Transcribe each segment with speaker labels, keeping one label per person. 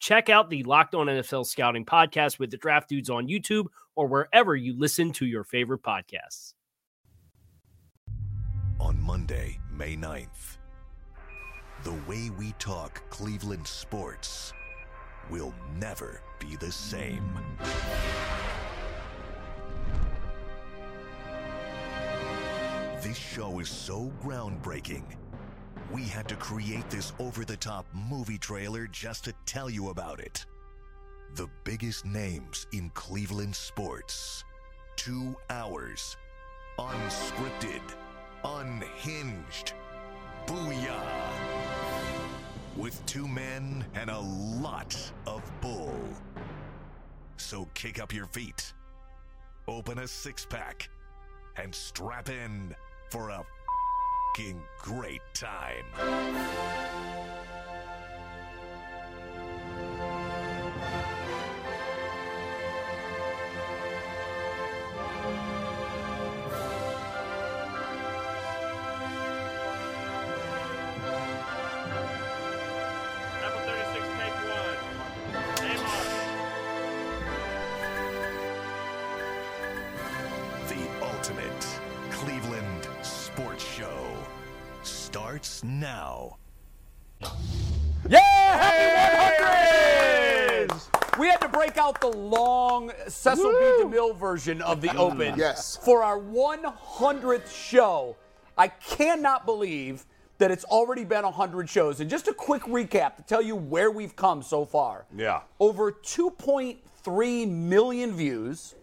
Speaker 1: Check out the Locked On NFL Scouting podcast with the draft dudes on YouTube or wherever you listen to your favorite podcasts.
Speaker 2: on Monday, May 9th. The way we talk Cleveland sports will never be the same. This show is so groundbreaking. We had to create this over the top movie trailer just to tell you about it. The biggest names in Cleveland sports. Two hours. Unscripted. Unhinged. Booyah. With two men and a lot of bull. So kick up your feet, open a six pack, and strap in for a fing great time.
Speaker 3: Apple 36, take one. Game on.
Speaker 2: The ultimate Cleveland sports show starts now.
Speaker 4: We had to break out the long Cecil B. DeMille version of the Open
Speaker 5: Yes.
Speaker 4: for our 100th show. I cannot believe that it's already been 100 shows. And just a quick recap to tell you where we've come so far.
Speaker 5: Yeah.
Speaker 4: Over 2.3 million views,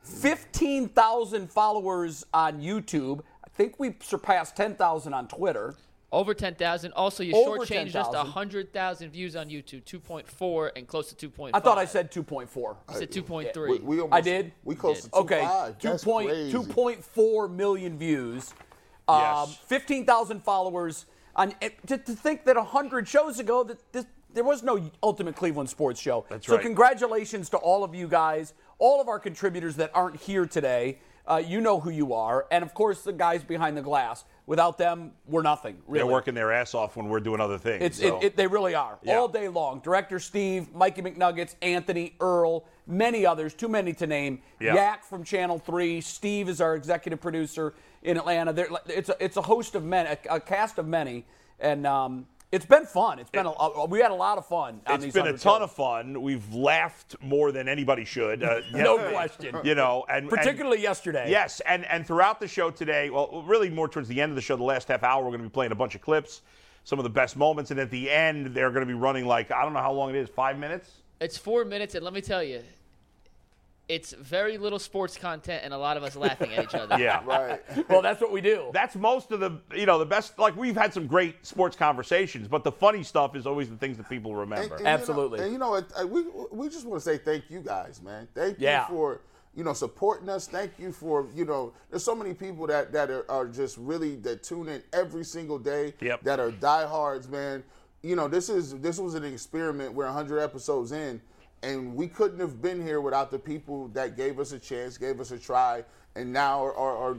Speaker 4: 15,000 followers on YouTube. I think we surpassed 10,000 on Twitter.
Speaker 6: Over 10,000. Also, you
Speaker 4: Over
Speaker 6: shortchanged us to
Speaker 4: 10,000.
Speaker 6: 100,000 views on YouTube, 2.4 and close to 2.5.
Speaker 4: I thought I said 2.4.
Speaker 6: You said 2.3.
Speaker 5: We, we almost,
Speaker 4: I did.
Speaker 5: We close to two
Speaker 4: Okay,
Speaker 5: five.
Speaker 4: two
Speaker 5: That's
Speaker 4: point
Speaker 5: crazy.
Speaker 4: two point four million views, um,
Speaker 5: Yes.
Speaker 4: fifteen thousand followers. On it- to, to think that hundred shows ago that this, there was no Ultimate Cleveland Sports Show. That's so
Speaker 5: right.
Speaker 4: congratulations to all of you guys, all of our contributors that aren't here today. Uh, you know who you are, and of course the guys behind the glass. Without them, we're nothing. Really,
Speaker 7: They're working their ass off when we're doing other things.
Speaker 4: It's
Speaker 7: so.
Speaker 4: it, it, they really are
Speaker 7: Yeah.
Speaker 4: all day long. Director Steve, Mikey McNuggets, Anthony Earl, many others, too many to name.
Speaker 7: Yeah.
Speaker 4: Yak from Channel Three. Steve is our executive producer in Atlanta. They're, it's a, it's a host of men, a, a cast of many, and um, it's been fun. It's been a, a, we had a lot of fun. on
Speaker 7: It's
Speaker 4: these
Speaker 7: been a
Speaker 4: 100
Speaker 7: ton
Speaker 4: shows.
Speaker 7: of fun. We've laughed more than anybody should. Uh,
Speaker 4: No
Speaker 7: yesterday,
Speaker 4: question.
Speaker 7: You know, and and,
Speaker 4: particularly yesterday.
Speaker 7: Yes, and and throughout the show today, well, really more towards the end of the show, the last half hour, we're going to be playing a bunch of clips, some of the best moments, and at the end, they're going to be running like I don't know how long it is, five minutes.
Speaker 6: It's four minutes, and let me tell you, it's very little sports content and a lot of us laughing at each other.
Speaker 7: Yeah,
Speaker 5: Right.
Speaker 4: Well, that's what we do.
Speaker 7: that's most of the you know the best. Like we've had some great sports conversations, but the funny stuff is always the things that people
Speaker 5: And-
Speaker 7: remember.
Speaker 5: and you know-
Speaker 4: Absolutely.
Speaker 5: and you know, it- uh, we we just want to say thank you guys, man. Thank
Speaker 4: Yeah.
Speaker 5: you for you know supporting us. Thank you for you know. There's so many people that that are, are just really that tune in every single day.
Speaker 7: Yep.
Speaker 5: That are diehards, man. You know, this is this was an experiment. We're 100 episodes in, and we couldn't have been here without the people that gave us a chance, gave us a try, and now are, are, are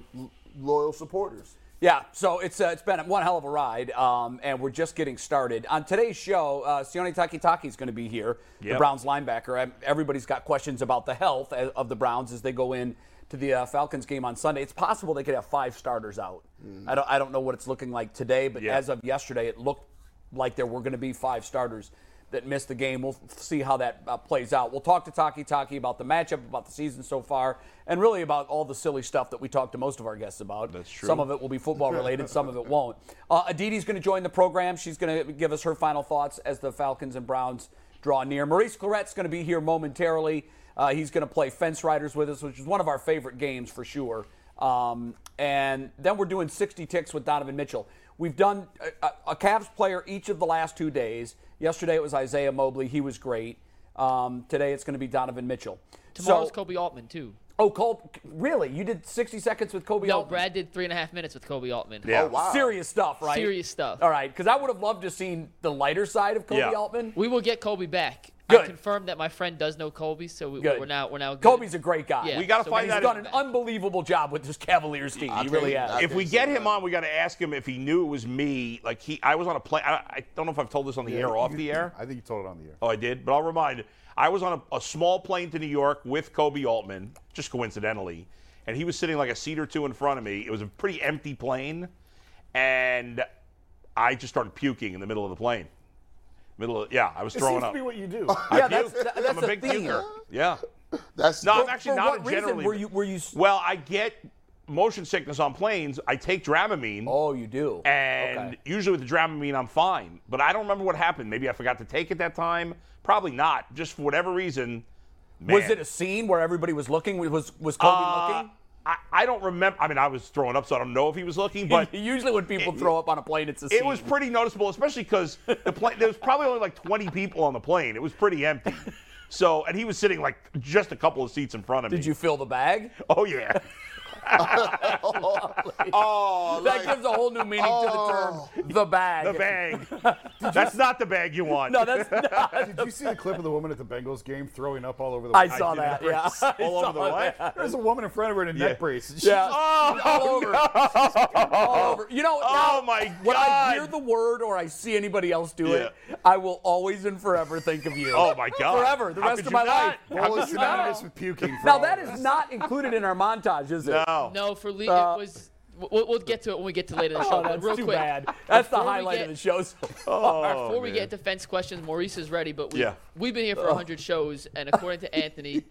Speaker 5: loyal supporters.
Speaker 4: Yeah, so it's uh, it's been one hell of a ride, um, and we're just getting started. On today's show, uh, Sione Takitaki is going to be here, the
Speaker 7: Yep.
Speaker 4: Browns linebacker. Um, Everybody's got questions about the health a- of the Browns as they go in to the uh, Falcons game on Sunday. It's possible they could have five starters out. I don't I don't know what it's looking like today, but
Speaker 7: Mm. Yeah.
Speaker 4: as of yesterday, it looked like there were going to be five starters that missed the game. We'll f- see how that uh, plays out. We'll talk to Taki Taki about the matchup, about the season so far, and really about all the silly stuff that we talked to most of our guests about. That's
Speaker 7: true.
Speaker 4: Some of it will be football related, some of it won't. Uh, Aditi's going to join the program. She's going to give us her final thoughts as the Falcons and Browns draw near. Maurice Claret's going to be here momentarily. Uh, he's going to play Fence Riders with us, which is one of our favorite games for sure. Um, and then we're doing 60 ticks with Donovan Mitchell. We've done a, a- a Cavs player each of the last two days. Yesterday it was Isaiah Mobley. He was great. Um, today it's going to be Donovan Mitchell.
Speaker 6: Tomorrow's
Speaker 4: so,
Speaker 6: Kobe Altman too.
Speaker 4: Oh, Col- really? You did 60 seconds with Kobe
Speaker 6: No,
Speaker 4: Altman?
Speaker 6: Brad did three and a half minutes with Kobe Altman.
Speaker 7: Yeah.
Speaker 5: Oh, wow.
Speaker 4: Serious stuff, right?
Speaker 6: Serious stuff.
Speaker 4: All right, because I would have loved to seen the lighter side of Kobe
Speaker 7: Yeah.
Speaker 4: Altman.
Speaker 6: We will get Kobe back.
Speaker 4: Good.
Speaker 6: I confirmed that my friend does know Kobe, so we,
Speaker 4: Good.
Speaker 6: we're now we're now good.
Speaker 4: Kobe's a great guy.
Speaker 6: Yeah,
Speaker 7: We gotta
Speaker 6: so
Speaker 7: find
Speaker 6: he's
Speaker 7: out
Speaker 4: He's
Speaker 7: if-
Speaker 4: done an unbelievable job with this Cavaliers team.
Speaker 5: I
Speaker 4: He really
Speaker 5: can't-
Speaker 4: has.
Speaker 5: I
Speaker 7: if we
Speaker 5: can't
Speaker 7: get
Speaker 5: say
Speaker 7: him
Speaker 5: that.
Speaker 7: on, we got to ask him if he knew it was me. Like he, I was on a plane. I, I don't know if I've told this on the air or off the air.
Speaker 8: I think you told it on the air.
Speaker 7: Oh, I did, but I'll remind. I was on a, a small plane to New York with Kobe Altman, just coincidentally, and he was sitting like a seat or two in front of me. It was a pretty empty plane, and I just started puking in the middle of the plane. Middle of yeah, I was throwing
Speaker 8: Seems
Speaker 7: up.
Speaker 8: to be what you do.
Speaker 7: I
Speaker 4: Yeah, that's-
Speaker 7: puked.
Speaker 4: that- that's
Speaker 7: I'm
Speaker 4: the
Speaker 7: a big
Speaker 4: theme.
Speaker 7: puker. Yeah.
Speaker 5: That's
Speaker 7: No, I'm
Speaker 4: For-
Speaker 7: actually
Speaker 4: for
Speaker 7: not
Speaker 4: what
Speaker 7: a
Speaker 4: reason
Speaker 7: generally.
Speaker 4: were you- were you s-
Speaker 7: Well, I get motion sickness on planes. I take Dramamine.
Speaker 4: Oh, you do.
Speaker 7: And
Speaker 4: Okay.
Speaker 7: usually with the Dramamine, I'm fine. But I don't remember what happened. Maybe I forgot to take it that time. Probably not. Just for whatever reason.
Speaker 4: was
Speaker 7: man.
Speaker 4: it a scene where everybody was looking? Was was Kobe
Speaker 7: Uh,
Speaker 4: looking?
Speaker 7: I, I don't remember. I mean, I was throwing up, so I don't know if he was looking, but
Speaker 4: usually when people throw up on a plane, it's a scene.
Speaker 7: it was pretty noticeable, especially because the plane. There was probably only like 20 people on the plane. It was pretty empty. So, and he was sitting like just a couple of seats in front of me.
Speaker 4: Did you fill the bag?
Speaker 7: Oh yeah.
Speaker 5: Oh,
Speaker 4: That
Speaker 5: like,
Speaker 4: gives a whole new meaning
Speaker 5: Oh.
Speaker 4: to the term the bag.
Speaker 7: The bag. That's not the bag you want.
Speaker 4: No, that's not.
Speaker 8: Did you see the clip of the woman at the Bengals game throwing up all over the?
Speaker 4: I saw
Speaker 7: did
Speaker 4: that.
Speaker 7: not.
Speaker 4: Yeah. I
Speaker 7: all over the
Speaker 4: saw
Speaker 7: what?
Speaker 4: that.
Speaker 8: There's a woman in front of her in a
Speaker 7: Yeah.
Speaker 8: neck brace. and she-
Speaker 4: Yeah.
Speaker 7: Oh,
Speaker 4: all over. all over. You know,
Speaker 7: Oh,
Speaker 4: now,
Speaker 7: my
Speaker 4: When I
Speaker 7: God.
Speaker 4: hear the word or I see anybody else do
Speaker 7: Yeah.
Speaker 4: it, I will always and forever think of you.
Speaker 7: Oh my God.
Speaker 4: Forever, the
Speaker 7: How
Speaker 4: rest
Speaker 7: could
Speaker 4: of
Speaker 7: you
Speaker 4: my
Speaker 7: not?
Speaker 4: life.
Speaker 7: How
Speaker 8: Bowl
Speaker 7: could
Speaker 8: is
Speaker 7: you not?
Speaker 8: synonymous with puking. for
Speaker 4: Now
Speaker 8: all
Speaker 4: that
Speaker 8: of us.
Speaker 4: is not included in our montage, is it?
Speaker 7: No.
Speaker 6: No, for Lee,
Speaker 4: Uh,
Speaker 6: it was. We'll, we'll get to it when we get to later in the show.
Speaker 4: Oh,
Speaker 6: but
Speaker 4: that's
Speaker 6: real
Speaker 4: too
Speaker 6: quick,
Speaker 4: bad. That's the
Speaker 6: before we
Speaker 4: highlight
Speaker 6: get-
Speaker 4: of the show. Oh, So
Speaker 6: before we
Speaker 7: Oh, man.
Speaker 6: get defense questions, Maurice is ready, but we,
Speaker 7: Yeah.
Speaker 6: we've been here
Speaker 4: Oh.
Speaker 6: for 100 shows, and according to Anthony,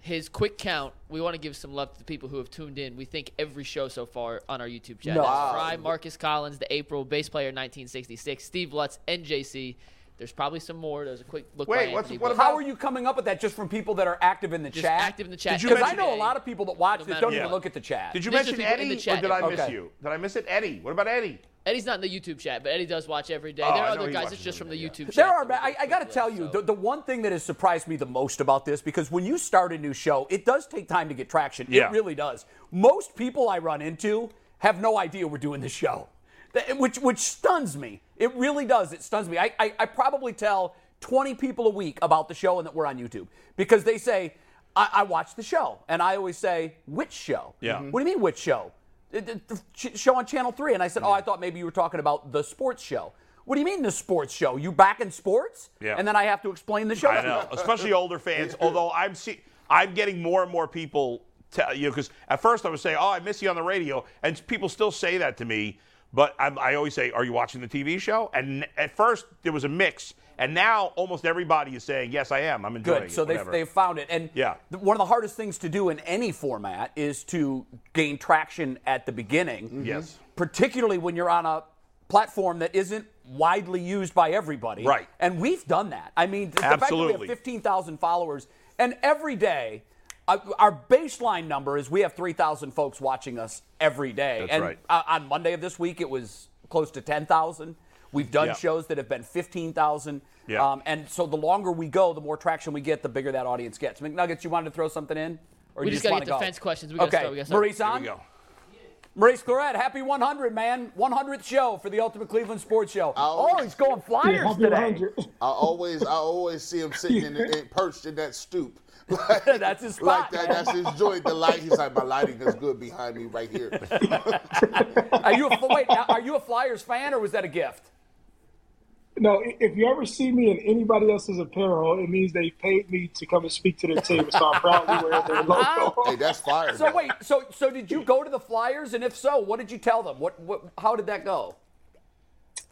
Speaker 6: his quick count, we want to give some love to the people who have tuned in. We think every show so far on our YouTube channel. That's
Speaker 4: Wow.
Speaker 6: Fry, Marcus Collins, the April, bass player 1966, Steve Lutz, NJC. There's probably some more. There's a quick look by
Speaker 7: Wait, what's-
Speaker 6: Anthony,
Speaker 7: what
Speaker 6: but
Speaker 7: about-
Speaker 4: how are you coming up with that just from people that are active in the
Speaker 6: just
Speaker 4: chat?
Speaker 6: active in the chat.
Speaker 7: Did you
Speaker 4: Because I
Speaker 7: mention
Speaker 4: know a lot of people that watch
Speaker 6: No
Speaker 4: this
Speaker 6: matter
Speaker 4: don't even
Speaker 6: what.
Speaker 4: look at the chat.
Speaker 7: Did you
Speaker 6: These are
Speaker 7: mention
Speaker 6: people in
Speaker 7: Eddie,
Speaker 6: the chat
Speaker 7: or did I
Speaker 6: that-
Speaker 7: miss
Speaker 4: Okay.
Speaker 7: you? Did I miss it, Eddie? What about Eddie?
Speaker 6: Eddie's not in the YouTube chat, but Eddie does watch every day.
Speaker 7: Oh,
Speaker 6: there
Speaker 7: I
Speaker 6: are
Speaker 7: know
Speaker 6: other
Speaker 7: he
Speaker 6: guys.
Speaker 7: watches
Speaker 6: It's just from the
Speaker 7: every day,
Speaker 6: YouTube chat.
Speaker 4: There are.
Speaker 6: that we
Speaker 4: I,
Speaker 6: get
Speaker 4: I got to
Speaker 6: list,
Speaker 4: tell you,
Speaker 6: so-
Speaker 4: the, the one thing that has surprised me the most about this, because when you start a new show, it does take time to get traction.
Speaker 7: Yeah.
Speaker 4: It really does. Most people I run into have no idea we're doing this show, That- which which stuns me. It really does. It stuns me. I, I, I probably tell 20 people a week about the show and that we're on YouTube because they say, I, I watch the show. And I always say, which show?
Speaker 7: Yeah. Mhm.
Speaker 4: What do you mean, which show? The- the- the ch- show on Channel 3. And I said, Oh, I thought maybe you were talking about the sports show. What do you mean the sports show? You back in sports?
Speaker 7: Yeah.
Speaker 4: And then I have to explain the show.
Speaker 7: I
Speaker 4: to
Speaker 7: know,
Speaker 4: you.
Speaker 7: especially older fans. Although I'm see, I'm getting more and more people tell you because at first I was saying, "Oh, I miss you on the radio," and people still say that to me. But I'm, I always say, "Are you watching the TV show?" And at first there was a mix, and now almost everybody is saying, "Yes, I am. I'm enjoying
Speaker 4: Good.
Speaker 7: it."
Speaker 4: So they've,
Speaker 7: whatever."
Speaker 4: they've found it. And
Speaker 7: Yeah.
Speaker 4: th- one of the hardest things to do in any format is to gain traction at the beginning.
Speaker 7: Mm-hmm. Yes.
Speaker 4: Particularly when you're on a platform that isn't widely used by everybody.
Speaker 7: Right.
Speaker 4: And we've done that. I mean, th- the fact that we
Speaker 7: Absolutely.
Speaker 4: have 15,000 followers, and every day, uh, our baseline number is we have 3,000 folks watching us every day.
Speaker 7: That's
Speaker 4: and
Speaker 7: right.
Speaker 4: uh, on Monday of this week, it was close to 10,000. We've done
Speaker 7: Yeah.
Speaker 4: shows that have been 15,000.
Speaker 7: Yeah.
Speaker 4: Um, and so the longer we go, the more traction we get, the bigger that audience gets. McNuggets, you wanted to throw something in? Or
Speaker 6: We
Speaker 4: you
Speaker 6: just gotta
Speaker 4: wanna
Speaker 6: get defense questions. We gotta
Speaker 4: okay.
Speaker 6: start. We gotta start.
Speaker 4: Maurice
Speaker 7: Here
Speaker 4: on?
Speaker 7: we go.
Speaker 4: Maurice Claret, happy 100, man. 100th show for the Ultimate Cleveland Sports Show. oh, he's going Flyers today.
Speaker 5: I always, I always see him sitting in, in perched in that stoop.
Speaker 4: that's his spot.
Speaker 5: Like that, that's his joint. The light. He's like, my lighting is good behind me right here.
Speaker 4: Are you a, wait? now, Are you a Flyers fan, or was that a gift?
Speaker 9: No, i- if you ever see me in anybody else's apparel, it means they paid me to come and speak to their team, so I proudly wear their logo.
Speaker 5: hey, that's fire.
Speaker 4: So wait, so so did you go to the Flyers, and if so, what did you tell them? What what? How did that go?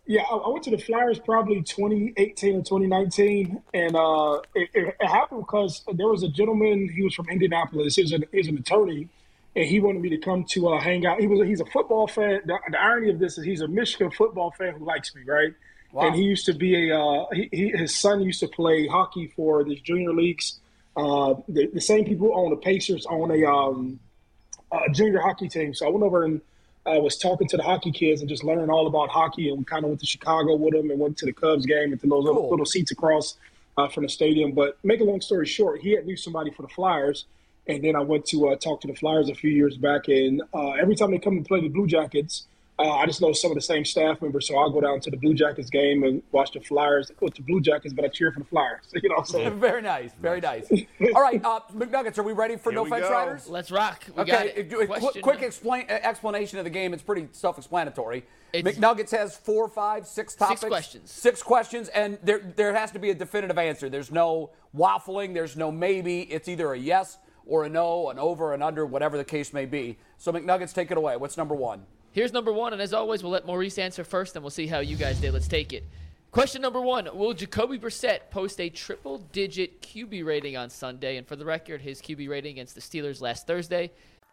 Speaker 9: Yeah, I, I went to the Flyers probably 2018 or 2019, and uh, it, it, it happened because there was a gentleman. He was from Indianapolis. He was an, he was an attorney, and he wanted me to come to uh, hang out. He was he's a football fan. The, the irony of this is he's a Michigan football fan who likes me, right? And he used to be a uh, he, he, his son used to play hockey for the junior leagues. Uh, the, the same people who own the Pacers own a um, uh, junior hockey team. So I went over and uh, was talking to the hockey kids and just learning all about hockey. And we kind of went to Chicago with them and went to the Cubs game and to those little,
Speaker 4: Cool.
Speaker 9: little seats across uh, from the stadium. But make a long story short, he had knew somebody for the Flyers. And then I went to uh, talk to the Flyers a few years back. And uh, every time they come and play the Blue Jackets, uh, I just know some of the same staff members. So I'll go down to the Blue Jackets game and watch the Flyers with the Blue Jackets, but I cheer for the Flyers. You know what I'm saying?
Speaker 4: Very nice, very nice. All right, uh, McNuggets, are we ready for
Speaker 7: Here
Speaker 4: no
Speaker 7: we
Speaker 4: fence
Speaker 7: go.
Speaker 4: riders?
Speaker 6: Let's rock. We got
Speaker 4: Okay, uh,
Speaker 6: it.
Speaker 4: do a quick,
Speaker 6: Question
Speaker 4: quick
Speaker 6: number-
Speaker 4: explain, uh, explanation of the game. It's pretty self-explanatory.
Speaker 6: It's-
Speaker 4: McNuggets has four, five, six topics,
Speaker 6: questions.
Speaker 4: six questions, and there there has to be a definitive answer. There's no waffling. There's no maybe. It's either a yes or a no, an over, an under, whatever the case may be. So McNuggets, take it away. What's number one?
Speaker 6: Here's number one, and as always, we'll let Maurice answer first, and we'll see how you guys did. Let's take it. Question number one: Will Jacoby Brissett post a triple-digit QB rating on Sunday? And for the record, his QB rating against the Steelers last Thursday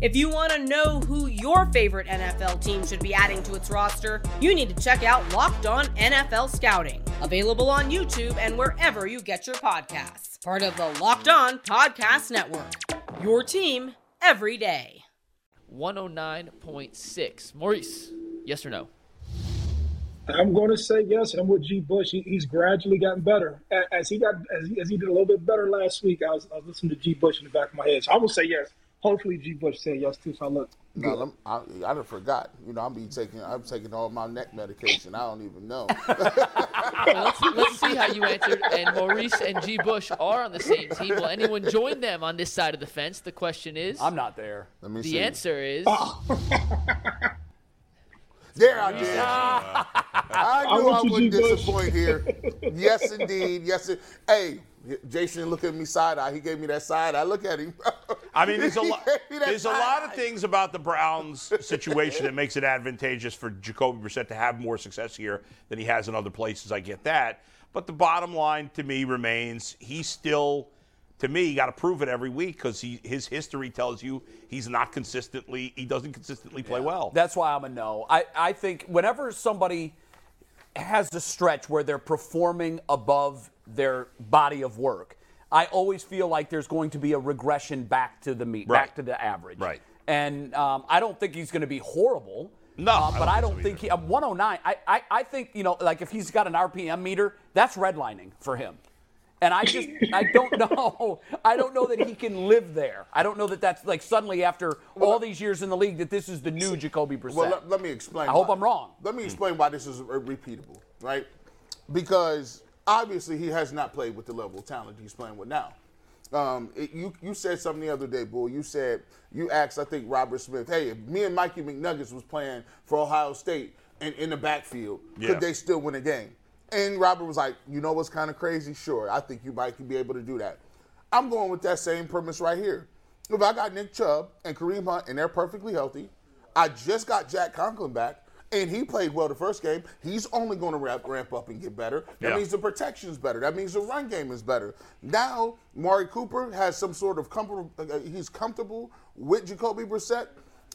Speaker 10: If you want to know who your favorite NFL team should be adding to its roster, you need to check out Locked On NFL Scouting, available on YouTube and wherever you get your podcasts. Part of the Locked On Podcast Network. Your team every day.
Speaker 6: 109.6. Maurice, yes or no?
Speaker 9: I'm going to say yes, and I'm with G. Bush. He, he's gradually gotten better A- as he got as he, as he did a little bit better last week. I was, I was listening to G. Bush in the back of my head, so I'm gonna say yes. Hopefully, G. Bush said yes too. So I look.
Speaker 5: Nah, lem- I, I done forgot. You know, I'm be taking. I'm taking all my neck medication. I don't even know.
Speaker 6: let's, let's see how you answered. And Maurice and G. Bush are on the same team. Will anyone join them on this side of the fence? The question is.
Speaker 4: I'm not there. Ah!
Speaker 5: Let me
Speaker 6: the
Speaker 5: see.
Speaker 6: answer is
Speaker 5: There I did. I knew
Speaker 9: with
Speaker 5: I
Speaker 9: you,
Speaker 5: wouldn't
Speaker 9: G. Bush.
Speaker 5: disappoint here. Yes, indeed. Yes. in- Hey, Jason, look at me side eye. He gave me that side eye. Look at him.
Speaker 7: I mean, there's a
Speaker 5: He
Speaker 7: lot.
Speaker 5: gave me that
Speaker 7: There's a
Speaker 5: side
Speaker 7: lot of
Speaker 5: eye.
Speaker 7: things about the Browns' situation that makes it advantageous for Jacoby Brissett to have more success here than he has in other places. I get that, but the bottom line to me remains: he still, to me, got to prove it every week because he, his history tells you he's not consistently. He doesn't consistently play well.
Speaker 4: That's why I'm a no. I, I think whenever somebody has a stretch where they're performing above their body of work, I always feel like there's going to be a regression back to the mean, back
Speaker 7: Right.
Speaker 4: to the average.
Speaker 7: Right.
Speaker 4: And um, I don't think he's going to be horrible.
Speaker 7: No,
Speaker 4: uh,
Speaker 7: I
Speaker 4: but
Speaker 7: don't
Speaker 4: I
Speaker 7: think
Speaker 4: don't
Speaker 7: so
Speaker 4: think
Speaker 7: either.
Speaker 4: he. I'm 109. I, I, I think you know, like if he's got an RPM meter, that's redlining for him. And I just, I don't know. I don't know that he can live there. I don't know that that's like suddenly after all these years in the league that this is the new Jacoby Brissett.
Speaker 5: Well, let, let me explain.
Speaker 4: I hope
Speaker 5: why-
Speaker 4: I'm wrong.
Speaker 5: Let me explain why this is uh, repeatable, right? Because obviously he has not played with the level of talent he's playing with now. Um, it- you you said something the other day, Bull. You said you asked, I think Robert Smith, hey, if me and Mikey McNuggets was playing for Ohio State and in the backfield,
Speaker 7: Yeah.
Speaker 5: could they still win a game? And Robert was like, you know what's kind of crazy? Sure, I think you might can be able to do that. I'm going with that same premise right here. If I got Nick Chubb and Kareem Hunt and they're perfectly healthy, I just got Jack Conklin back and he played well the first game. He's only going to ramp, ramp up and get better. That
Speaker 7: Yeah.
Speaker 5: means the protection's better. That means the run game is better. Now, Mari Cooper has some sort of comfort, uh, he's comfortable with Jacoby Brissett.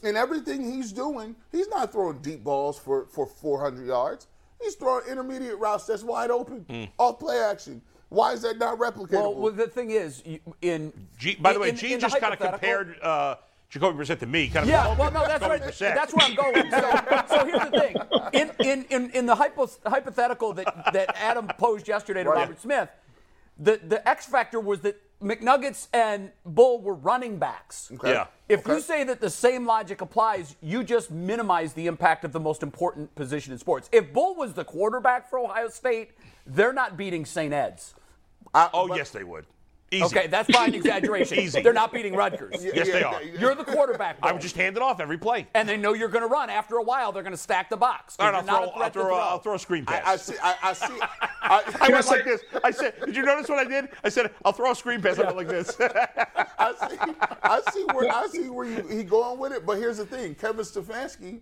Speaker 5: And everything he's doing, he's not throwing deep balls for, for 400 yards. He's throwing intermediate routes that's wide open,
Speaker 7: Hmm.
Speaker 5: off play action. Why is that not replicatable?
Speaker 4: Well, well, the thing is, you- in
Speaker 7: G, by the way,
Speaker 4: in-
Speaker 7: G
Speaker 4: in the
Speaker 7: just kind of
Speaker 4: hypothetical-
Speaker 7: compared uh, Jacoby Brissett to me. Kind of
Speaker 4: yeah,
Speaker 7: looked
Speaker 4: well,
Speaker 7: at
Speaker 4: no, that's
Speaker 7: Jacoby
Speaker 4: right.
Speaker 7: Brissett.
Speaker 4: That's where I'm going. So, so here's the thing: in in in, in the hypo, hypothetical that that Adam posed yesterday to
Speaker 7: Right.
Speaker 4: Robert Smith, the the X factor was that McNuggets and Bull were running backs.
Speaker 7: Okay. Yeah.
Speaker 4: If you say that the same logic applies, you just minimize the impact of the most important position in sports. If Bull was the quarterback for Ohio State, they're not beating St. Ed's.
Speaker 7: oh, yes, they would. Easy.
Speaker 4: Okay, that's by an exaggeration.
Speaker 7: Easy.
Speaker 4: They're not beating Rutgers.
Speaker 7: Yes, they are.
Speaker 4: You're the quarterback.
Speaker 7: I would just hand it off every play.
Speaker 4: and they know you're going to run. After a while, they're going to stack the box.
Speaker 7: All right,
Speaker 4: You're
Speaker 7: I'll
Speaker 4: not
Speaker 7: throw,
Speaker 4: a threat
Speaker 7: I'll,
Speaker 4: to
Speaker 7: throw, I'll throw a screen pass.
Speaker 5: I see. I, I see. I,
Speaker 7: I went like this. I said, "Did you notice what I did?" I said, "I'll throw a screen pass." I went like this.
Speaker 5: I see. I see where I see where you, he going with it. But here's the thing, Kevin Stefanski.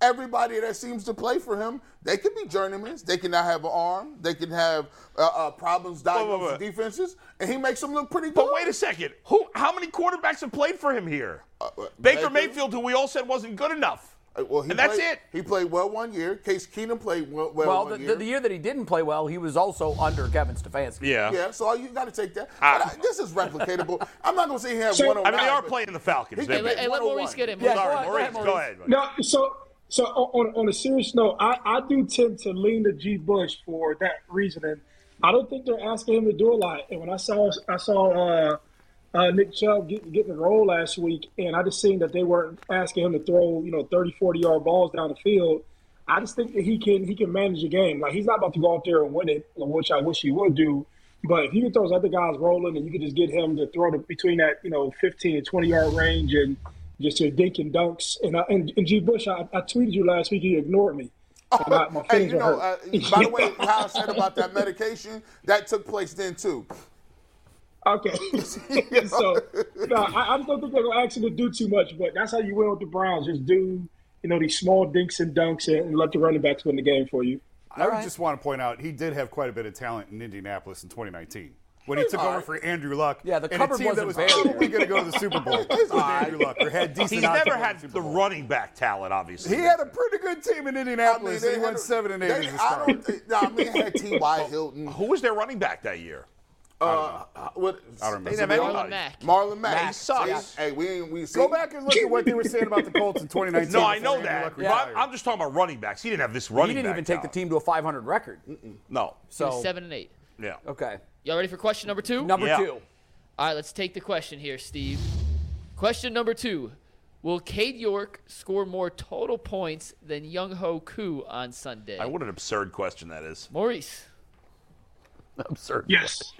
Speaker 5: Everybody that seems to play for him, they can be journeymans. They can not have an arm. They can have uh, uh, problems diagnosing
Speaker 7: wait.
Speaker 5: defenses, and he makes them look pretty good.
Speaker 7: but wait a second. Who? How many quarterbacks have played for him here? Uh, Baker,
Speaker 5: Baker?
Speaker 7: Mayfield, who we all said wasn't good enough.
Speaker 5: Uh, Well, he
Speaker 7: and that's
Speaker 5: played-
Speaker 7: it.
Speaker 5: He played well one year. Case Keenum played well, well,
Speaker 4: Well,
Speaker 5: one
Speaker 4: the,
Speaker 5: year.
Speaker 4: the, the year that he didn't play well, he was also under Kevin Stefanski.
Speaker 5: yeah, so you got to take that.
Speaker 7: Ah.
Speaker 5: But I- this is replicatable. I'm not going to say he had
Speaker 9: So-
Speaker 5: one on
Speaker 7: I mean, they are playing the Falcons.
Speaker 5: He
Speaker 7: They-
Speaker 6: Hey, let, hey, let
Speaker 5: 101.
Speaker 6: Maurice get in.
Speaker 4: Yeah,
Speaker 6: Maurice.
Speaker 7: Sorry,
Speaker 4: go
Speaker 7: Maurice,
Speaker 4: ahead,
Speaker 7: go
Speaker 4: Maurice.
Speaker 7: ahead. buddy.
Speaker 9: No, so so on, on a serious note, I, I do tend to lean to G. Bush for that reason, and I don't think they're asking him to do a lot. And when I saw I saw uh, uh, Nick Chubb get, getting the role last week, and I just seen that they weren't asking him to throw you know 30, 40 yard balls down the field. I just think that he can he can manage the game. Like he's not about to go out there and win it, which I wish he would do. But if you get those other guys rolling and you can just get him to throw the, between that, you know, 15 and 20 yard range and just your dink and dunks. And, I, and, and G. Bush, I, I tweeted you last week. You ignored me. And I- my
Speaker 5: Oh, Hey,
Speaker 9: feelings
Speaker 5: you
Speaker 9: are
Speaker 5: know, uh,
Speaker 9: hurt.
Speaker 5: by the way, how I said about that medication, that took place then too.
Speaker 9: Okay. so, no, I, I just don't think they're going to ask him to do too much, but that's how you win with the Browns. Just do, you know, these small dinks and dunks and, and let the running backs win the game for you.
Speaker 8: I would just want to point out he did have quite a bit of talent in Indianapolis in 2019 when he took
Speaker 5: all
Speaker 8: over
Speaker 5: right.
Speaker 8: for Andrew Luck.
Speaker 4: Yeah, the
Speaker 8: and a
Speaker 4: cupboard
Speaker 8: team that
Speaker 4: wasn't
Speaker 8: was
Speaker 4: bare.
Speaker 8: probably going to go to the Super Bowl
Speaker 5: He's
Speaker 8: with
Speaker 5: all right.
Speaker 8: Andrew Luck or had decent.
Speaker 7: He's
Speaker 8: odds
Speaker 7: never
Speaker 8: of
Speaker 7: had
Speaker 8: winning
Speaker 7: the
Speaker 8: Super Bowl.
Speaker 7: running back talent, obviously.
Speaker 8: He had a pretty good team in Indianapolis. and he
Speaker 5: had
Speaker 8: went
Speaker 5: a-
Speaker 8: seven and eight
Speaker 5: they-
Speaker 8: as a
Speaker 5: I
Speaker 8: starter.
Speaker 5: don't think. nah, I mean, they had T.Y. Hilton.
Speaker 7: Who was their running back that year?
Speaker 5: Uh, what,
Speaker 8: I don't remember.
Speaker 7: They didn't have
Speaker 6: Marlon
Speaker 7: anybody.
Speaker 6: Mack.
Speaker 5: Marlon Mack.
Speaker 7: Mack sucks.
Speaker 5: Hey, we ain't we see.
Speaker 8: Go back and look at what they were saying about the Colts in 2019.
Speaker 7: No, I
Speaker 8: before
Speaker 7: know
Speaker 8: Andrew
Speaker 7: that.
Speaker 8: Luck
Speaker 7: But I'm,
Speaker 8: retired.
Speaker 7: I'm just talking about running backs. He didn't have this running
Speaker 4: He
Speaker 7: back.
Speaker 4: didn't even take the team to a 500 record.
Speaker 7: No.
Speaker 6: He was
Speaker 4: So,
Speaker 6: seven and eight.
Speaker 7: Yeah.
Speaker 4: okay.
Speaker 6: Y'all ready for question number two?
Speaker 4: Number
Speaker 7: Yeah.
Speaker 4: two.
Speaker 6: All right, let's take the question here, Steve. Question number two. Will Cade York score more total points than Young Ho Koo on Sunday?
Speaker 7: I, what an absurd question that is.
Speaker 6: Maurice.
Speaker 8: absurd.
Speaker 9: Yes.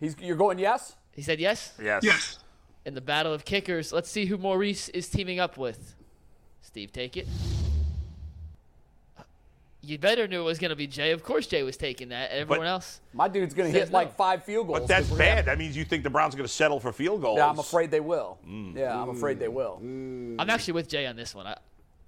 Speaker 4: He's, you're going yes?
Speaker 6: He said yes.
Speaker 7: Yes.
Speaker 9: Yes.
Speaker 6: In the battle of kickers, let's see who Maurice is teaming up with. Steve, take it. You better knew it was going to be Jay. Of course, Jay was taking that. Everyone else.
Speaker 4: My dude's going to
Speaker 6: Says
Speaker 4: hit like
Speaker 6: no.
Speaker 4: five field goals.
Speaker 7: But that's
Speaker 4: 'cause we're gonna
Speaker 7: bad. That means you think the Browns are going to settle for field goals. Mm.
Speaker 4: have- Yeah, I'm afraid they will. Yeah, I'm afraid they
Speaker 5: Mm.
Speaker 4: will.
Speaker 6: I'm actually with Jay on this one. I,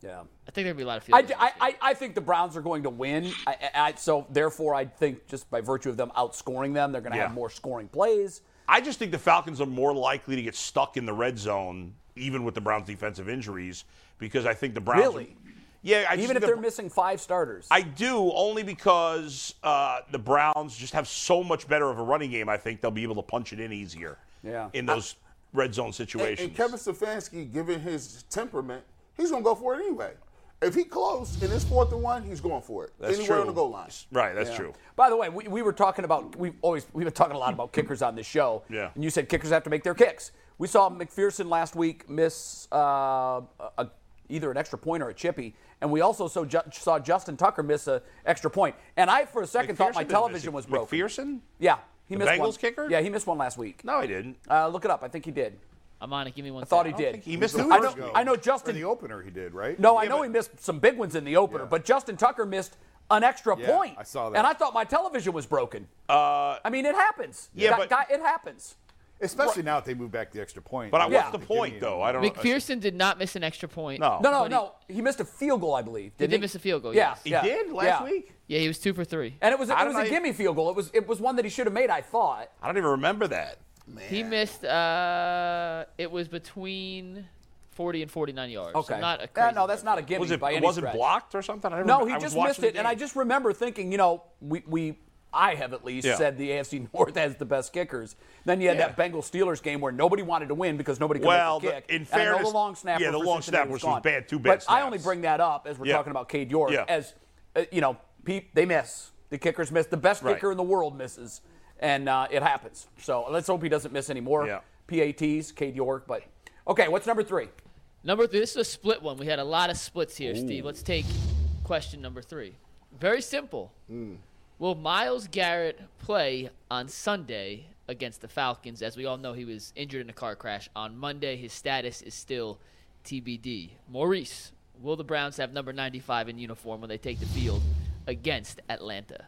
Speaker 4: Yeah.
Speaker 6: I think there'll be a lot of field
Speaker 4: I,
Speaker 6: goals.
Speaker 4: I, I- I think the Browns are going to win. I, I, I- so, therefore, I think just by virtue of them outscoring them, they're going to
Speaker 7: Yeah.
Speaker 4: have more scoring plays.
Speaker 7: I just think the Falcons are more likely to get stuck in the red zone, even with the Browns' defensive injuries, because I think the Browns.
Speaker 4: Really?
Speaker 7: Yeah, I just
Speaker 4: Even
Speaker 7: think
Speaker 4: if
Speaker 7: the-
Speaker 4: they're missing five starters.
Speaker 7: I do only because uh, the Browns just have so much better of a running game. I think they'll be able to punch it in easier.
Speaker 4: Yeah.
Speaker 7: In those red zone
Speaker 5: And,
Speaker 7: situations.
Speaker 5: and Kevin Stefanski, given his temperament, he's gonna go for it anyway. If he close and it's fourth and one, he's going for it.
Speaker 7: That's
Speaker 5: Anywhere
Speaker 7: true.
Speaker 5: on the goal line.
Speaker 7: Right. That's
Speaker 4: Yeah.
Speaker 7: true.
Speaker 4: By the way, we, we were talking about we always we've been talking a lot about kickers on this show.
Speaker 7: Yeah.
Speaker 4: And you said kickers have to make their kicks. We saw McPherson last week miss uh, a, a- either an extra point or a chippy, and we also saw, Ju- saw Justin Tucker miss an extra point. And I for a second thought my
Speaker 7: McPherson is
Speaker 4: television
Speaker 7: missing-
Speaker 4: was broken.
Speaker 7: McPherson?
Speaker 4: Yeah, he
Speaker 7: The
Speaker 4: missed one.
Speaker 7: Bengals kicker?
Speaker 4: Yeah, he missed one last week.
Speaker 7: No, he didn't.
Speaker 4: Uh, look it up. I think he did.
Speaker 6: I'm on it. Give me one.
Speaker 4: I thought he
Speaker 6: second.
Speaker 4: did.
Speaker 7: he missed the
Speaker 4: I
Speaker 7: first
Speaker 4: know.
Speaker 7: goal.
Speaker 4: I know
Speaker 8: in
Speaker 4: Justin.
Speaker 8: the opener, he did right.
Speaker 4: No, I
Speaker 7: Yeah,
Speaker 4: know
Speaker 7: but-
Speaker 4: he missed some big ones in the opener,
Speaker 8: Yeah.
Speaker 4: but Justin Tucker missed an extra
Speaker 8: Yeah,
Speaker 4: point.
Speaker 8: I saw that.
Speaker 4: And I thought my television was broken.
Speaker 7: Uh,
Speaker 4: I mean, it happens.
Speaker 7: Yeah,
Speaker 4: That
Speaker 7: but-
Speaker 4: guy- it happens.
Speaker 8: Especially now that they move back the extra point.
Speaker 7: but I,
Speaker 4: Yeah.
Speaker 7: what's the point though? I don't.
Speaker 6: McPherson did not miss an extra point.
Speaker 7: No.
Speaker 4: No, no, no. He missed a field goal, I believe. Didn't
Speaker 6: did miss a field goal,
Speaker 4: Yeah,
Speaker 6: yes.
Speaker 7: He
Speaker 4: yeah,
Speaker 7: did last
Speaker 4: yeah.
Speaker 7: week.
Speaker 6: Yeah, he was two for three.
Speaker 4: and it was
Speaker 7: I
Speaker 4: it
Speaker 7: don't
Speaker 4: was a
Speaker 7: know.
Speaker 4: gimme field goal. It was it was one that he should have made. I thought.
Speaker 7: I don't even remember that.
Speaker 6: He missed. Uh, it was between 40 and 49 yards. So
Speaker 4: Okay.
Speaker 6: not a
Speaker 4: Yeah,
Speaker 6: crazy
Speaker 4: no, that's not a gimme
Speaker 7: Was it?
Speaker 4: by
Speaker 7: It
Speaker 4: any
Speaker 7: wasn't
Speaker 4: stretch.
Speaker 7: blocked or something? I don't
Speaker 4: No,
Speaker 7: remember.
Speaker 4: he
Speaker 7: I was
Speaker 4: just
Speaker 7: watching
Speaker 4: missed
Speaker 7: the
Speaker 4: it,
Speaker 7: game.
Speaker 4: and I just remember thinking, you know, we we I have at least
Speaker 7: Yeah.
Speaker 4: said the AFC North has the best kickers. Then you had that Bengals Steelers game where nobody wanted to win because nobody could
Speaker 7: Well,
Speaker 4: make a
Speaker 7: the-
Speaker 4: kick.
Speaker 7: in
Speaker 4: And I know
Speaker 7: fairness-
Speaker 4: the long snapper
Speaker 7: yeah, the
Speaker 4: for
Speaker 7: long
Speaker 4: Cincinnati
Speaker 7: snappers
Speaker 4: was
Speaker 7: was
Speaker 4: gone.
Speaker 7: bad, two
Speaker 4: But
Speaker 7: bad
Speaker 4: I only
Speaker 7: snaps.
Speaker 4: bring that up as we're
Speaker 7: Yeah.
Speaker 4: talking about Cade York
Speaker 7: Yeah.
Speaker 4: as uh, you know, pe- they miss. The kickers miss. The best
Speaker 7: Right.
Speaker 4: kicker in the world misses, and uh, it happens. So let's hope he doesn't miss any more
Speaker 7: Yeah.
Speaker 4: PATs. Cade York, but okay. What's number three?
Speaker 6: Number three, this is a split one. We had a lot of splits here, Steve. Let's take question number three. Very simple. Will Miles Garrett play on Sunday against the Falcons? As we all know, he was injured in a car crash on Monday. His status is still TBD. Maurice, will the Browns have number 95 in uniform when they take the field against Atlanta?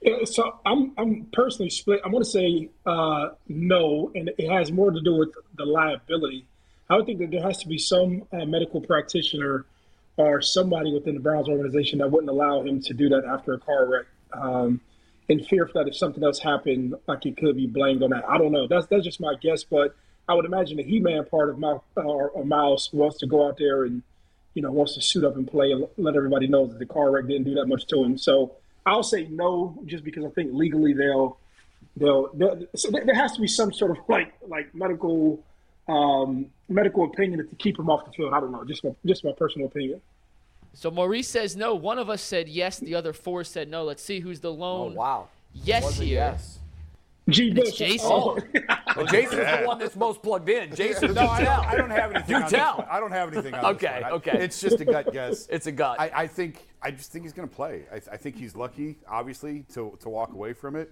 Speaker 9: Yeah, Uh, so I'm I'm personally split. I'm going to say uh, no, and it has more to do with the liability. I would think that there has to be some uh, medical practitioner or somebody within the Browns organization that wouldn't allow him to do that after a car wreck, um, in fear that if something else happened, like it could be blamed on that. I don't know. That's that's just my guess, but I would imagine the He-Man part of my uh, or, or Miles wants to go out there and you know, wants to suit up and play and let everybody know that the car wreck didn't do that much to him. So I'll say no, just because I think legally they'll, they'll, they'll so there there has to be some sort of like, like medical, um, medical opinion to keep him off the field. I don't know, just my, just my personal opinion.
Speaker 6: So Maurice says no. One of us said yes. The other four said no. Let's see who's the lone.
Speaker 4: Oh, wow.
Speaker 6: Yes
Speaker 4: Was it
Speaker 6: here.
Speaker 4: yes?
Speaker 9: G.
Speaker 6: And it's
Speaker 9: Bush.
Speaker 6: Jason.
Speaker 9: Oh.
Speaker 4: Well, Jason's the one that's most plugged in. Jason,
Speaker 8: no,
Speaker 4: you
Speaker 8: I
Speaker 4: tell.
Speaker 8: don't, I don't have anything.
Speaker 4: You
Speaker 8: on
Speaker 4: tell.
Speaker 8: This one. I don't have anything. On
Speaker 4: Okay,
Speaker 8: this one. I-
Speaker 4: okay.
Speaker 8: It's just a gut guess.
Speaker 4: It's a gut.
Speaker 8: I, I think. I just think he's going to play. I, I think he's lucky, obviously, to to walk away from it.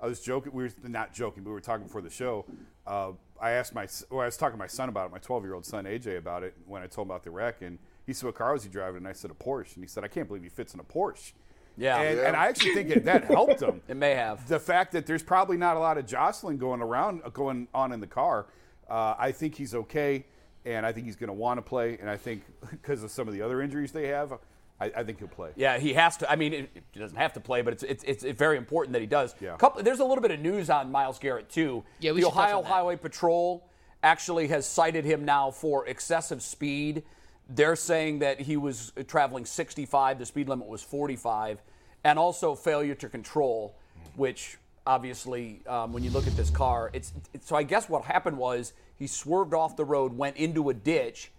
Speaker 8: I was joking. We were not joking. but We were talking before the show. Uh, I asked my. Well, I was talking to my son about it. My 12 year old son AJ about it when I told him about the wreck, and he said, "What car was he driving?" And I said, "A Porsche." And he said, "I can't believe he fits in a Porsche."
Speaker 4: Yeah.
Speaker 8: And,
Speaker 4: Yeah.
Speaker 8: and I actually think it, that helped him.
Speaker 4: It may have.
Speaker 8: The fact that there's probably not a lot of jostling going around, uh, going on in the car, uh, I think he's okay, and I think he's going to want to play, and I think because of some of the other injuries they have, I, I think he'll play.
Speaker 4: Yeah, he has to. I mean, it, he doesn't have to play, but it's it's it's very important that he does.
Speaker 8: Yeah.
Speaker 4: Couple, there's a little bit of news on Miles Garrett too.
Speaker 6: Yeah, we
Speaker 4: the
Speaker 6: should touch
Speaker 4: Ohio
Speaker 6: on that.
Speaker 4: Highway Patrol actually has cited him now for excessive speed. They're saying that he was traveling 65. The speed limit was 45, and also failure to control, which obviously, um, when you look at this car, it's, it's so. I guess what happened was he swerved off the road, went into a ditch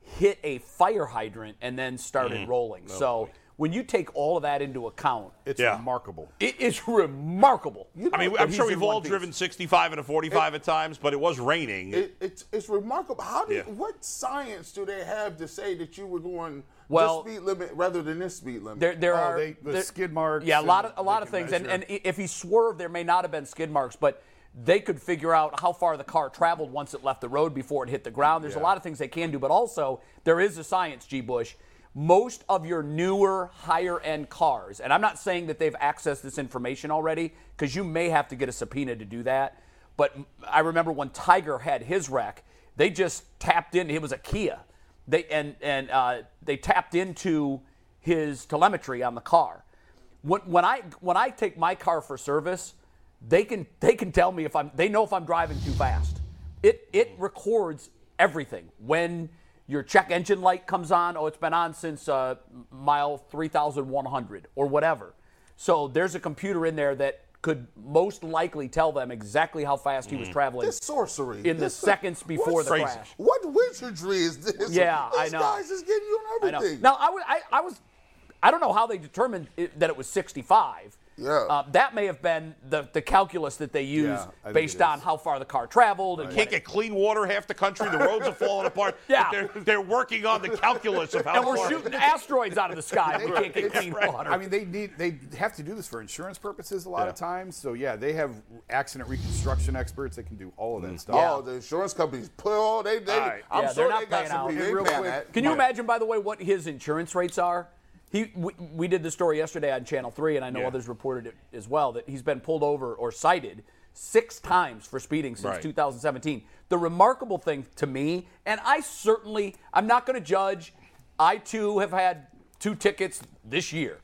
Speaker 4: hit a fire hydrant and then started
Speaker 7: Mm-hmm.
Speaker 4: rolling. so when you take all of that into account,
Speaker 8: It's
Speaker 7: Yeah.
Speaker 8: remarkable.
Speaker 4: it is remarkable.
Speaker 7: I mean,
Speaker 4: that
Speaker 7: I'm
Speaker 4: he's
Speaker 7: sure
Speaker 4: in
Speaker 7: we've all
Speaker 4: one piece.
Speaker 7: driven 65 and a 45 at times, but it was raining.
Speaker 5: It, it's it's remarkable. How do
Speaker 7: Yeah.
Speaker 5: what science do they have to say that you were going
Speaker 4: Well-
Speaker 5: this speed limit rather than this speed limit?
Speaker 4: There, there
Speaker 8: Oh,
Speaker 4: are
Speaker 8: they- the
Speaker 4: there-
Speaker 8: skid marks
Speaker 4: Yeah, a lot of
Speaker 8: and
Speaker 4: a lot
Speaker 8: they can
Speaker 4: of things, and, and E
Speaker 8: measure.
Speaker 4: i- if he swerved, there may not have been skid marks, but they could figure out how far the car traveled once it left the road before it hit the ground. There's a lot of things they can do, but also there is a science, G. Bush. Most of your newer, higher end cars, and I'm not saying that they've accessed this information already, because you may have to get a subpoena to do that. But m- I remember when Tiger had his wreck, they just tapped in. It was a Kia. They and and uh, they tapped into his telemetry on the car. When, when I when I take my car for service, they can they can tell me if I'm they know if I'm driving too fast. It it records everything when your check engine light comes on. Oh, it's been on since uh, mile three thousand one hundred or whatever. So there's a computer in there that could most likely tell them exactly how fast
Speaker 7: Mm.
Speaker 5: Mm-hmm.
Speaker 4: he was traveling.
Speaker 5: This sorcery.
Speaker 4: in the
Speaker 5: This-
Speaker 4: seconds before
Speaker 5: what-
Speaker 4: the crash.
Speaker 5: What wizardry is this?
Speaker 4: Yeah, I
Speaker 5: These
Speaker 4: know.
Speaker 5: guys is getting you on
Speaker 4: I know.
Speaker 5: everything.
Speaker 4: Now I was I, I was I don't know how they determined it, that it was 65.
Speaker 5: Yeah.
Speaker 4: Uh, that may have been the, the calculus that they
Speaker 8: I
Speaker 4: use
Speaker 8: think
Speaker 4: based
Speaker 8: it
Speaker 4: on
Speaker 8: is.
Speaker 4: how far the car traveled and
Speaker 7: Can't get clean water half the country. The roads are falling apart.
Speaker 4: Yeah.
Speaker 7: They're, they're working on the calculus of how
Speaker 4: and we're
Speaker 7: far-
Speaker 4: shooting asteroids out of the sky. We can't get clean water.
Speaker 8: I mean, they need they have to do this for insurance purposes a lot of times. So yeah, they have accident reconstruction experts that can do all of that stuff.
Speaker 5: Oh, the insurance companies pull. They, they.
Speaker 7: All right.
Speaker 5: I'm
Speaker 4: Yeah, they're
Speaker 5: sure
Speaker 4: not
Speaker 5: they got
Speaker 4: paying
Speaker 5: some
Speaker 4: out.
Speaker 5: people.
Speaker 8: And
Speaker 5: They
Speaker 8: real
Speaker 5: paying
Speaker 8: quick,
Speaker 5: that.
Speaker 4: Can you
Speaker 8: Yeah.
Speaker 4: imagine, by the way, what his insurance rates are? He, we, we did the story yesterday on Channel 3, and I know
Speaker 7: Yeah.
Speaker 4: others reported it as well, that he's been pulled over or cited six times for speeding since
Speaker 7: Right.
Speaker 4: 2017. The remarkable thing to me, and I certainly, I'm not going to judge, I too have had two tickets this year.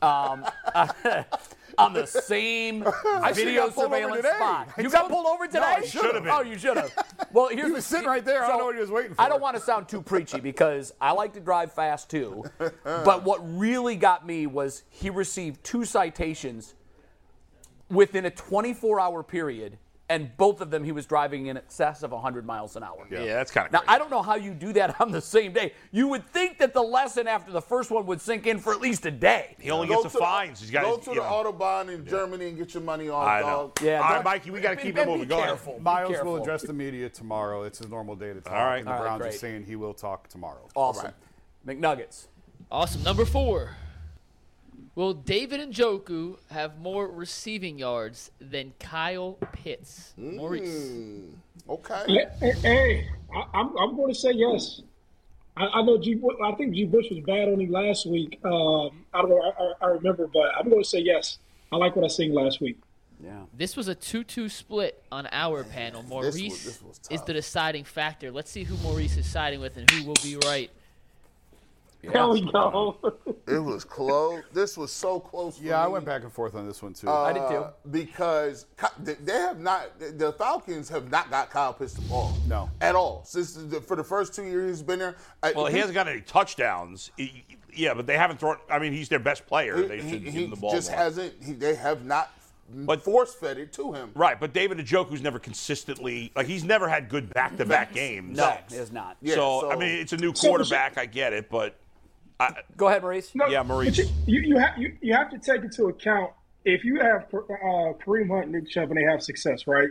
Speaker 4: Um, on the same
Speaker 8: I should've
Speaker 4: video
Speaker 8: got pulled over
Speaker 4: surveillance
Speaker 8: today.
Speaker 4: spot.
Speaker 8: I
Speaker 4: You got
Speaker 8: told-
Speaker 4: pulled over
Speaker 8: No,
Speaker 4: today?
Speaker 8: I should've been.
Speaker 4: Oh, you should have. Well, here's
Speaker 8: You
Speaker 4: the
Speaker 8: were sitting right there. I don't know what he was waiting
Speaker 4: I
Speaker 8: for.
Speaker 4: don't want to sound too preachy because I like to drive fast too. But what really got me was he received two citations within a 24-hour period, and both of them he was driving in excess of 100 miles an hour.
Speaker 7: Yeah, that's kind of
Speaker 4: Now, I don't know how you do that on the same day. You would think that the lesson after the first one would sink in for at least a day.
Speaker 7: He only gets
Speaker 5: Go
Speaker 7: the
Speaker 5: to the-
Speaker 7: fines. He's got
Speaker 5: Go
Speaker 7: his-
Speaker 5: to
Speaker 7: you
Speaker 5: the
Speaker 7: know.
Speaker 5: Autobahn in Germany and get your money off,
Speaker 7: I know.
Speaker 5: dog.
Speaker 7: Yeah, All right,
Speaker 8: don't-
Speaker 7: Mikey, we got to
Speaker 4: Be-
Speaker 7: keep
Speaker 4: be-
Speaker 7: it moving.
Speaker 4: be
Speaker 7: Go ahead.
Speaker 4: careful. Be
Speaker 8: Miles
Speaker 4: careful.
Speaker 8: will address the media tomorrow. It's his normal day to talk.
Speaker 7: All right.
Speaker 8: And the
Speaker 7: All right,
Speaker 8: Browns are
Speaker 4: great.
Speaker 8: saying he will talk tomorrow.
Speaker 4: Awesome. McNuggets.
Speaker 6: Awesome. Number four. Will David and Joku have more receiving yards than Kyle Pitts? Maurice.
Speaker 5: Mm, Okay.
Speaker 9: Hey, hey, hey, I, I'm, I'm going to say yes. I, I know G. Bu- I think G. Bush was bad on him last week. Um, I don't know. I, I, I remember, but I'm going to say yes. I like what I seen last week.
Speaker 6: This was a 2 2 split on our panel. Maurice
Speaker 5: was- this was
Speaker 6: is
Speaker 5: tough.
Speaker 6: the deciding factor. Let's see who Maurice is siding with and who will be right.
Speaker 9: There we go.
Speaker 5: It was close. this was so close. for
Speaker 8: Yeah, I
Speaker 5: me.
Speaker 8: went back and forth on this one too.
Speaker 4: I did too.
Speaker 5: Uh, because Ky- th- they have not, th- the Falcons have not got Kyle Pitts the ball.
Speaker 8: No.
Speaker 5: At all. Since the, for the first two years he's been there. uh, I-
Speaker 7: Well, he hasn't got any touchdowns. He- yeah, but they haven't thrown. I mean, he's their best player.
Speaker 5: he-
Speaker 7: they
Speaker 5: he-
Speaker 7: should give
Speaker 5: he
Speaker 7: him the ball.
Speaker 5: just
Speaker 7: more.
Speaker 5: hasn't, he, they have not
Speaker 7: But-
Speaker 5: force fed it to him.
Speaker 7: Right, but David Njoku's never consistently like he's never had good back-to-back games.
Speaker 4: No, it is not.
Speaker 5: Yeah,
Speaker 7: so,
Speaker 5: so-
Speaker 7: I mean, it's a new
Speaker 9: So-
Speaker 7: quarterback. I get it, but
Speaker 4: Go ahead, Maurice.
Speaker 9: No,
Speaker 7: Yeah,
Speaker 9: but
Speaker 7: Maurice.
Speaker 9: You you, you, ha- you you have to take into account if you have uh, Kareem Hunt, and Nick Chubb, and they have success, right?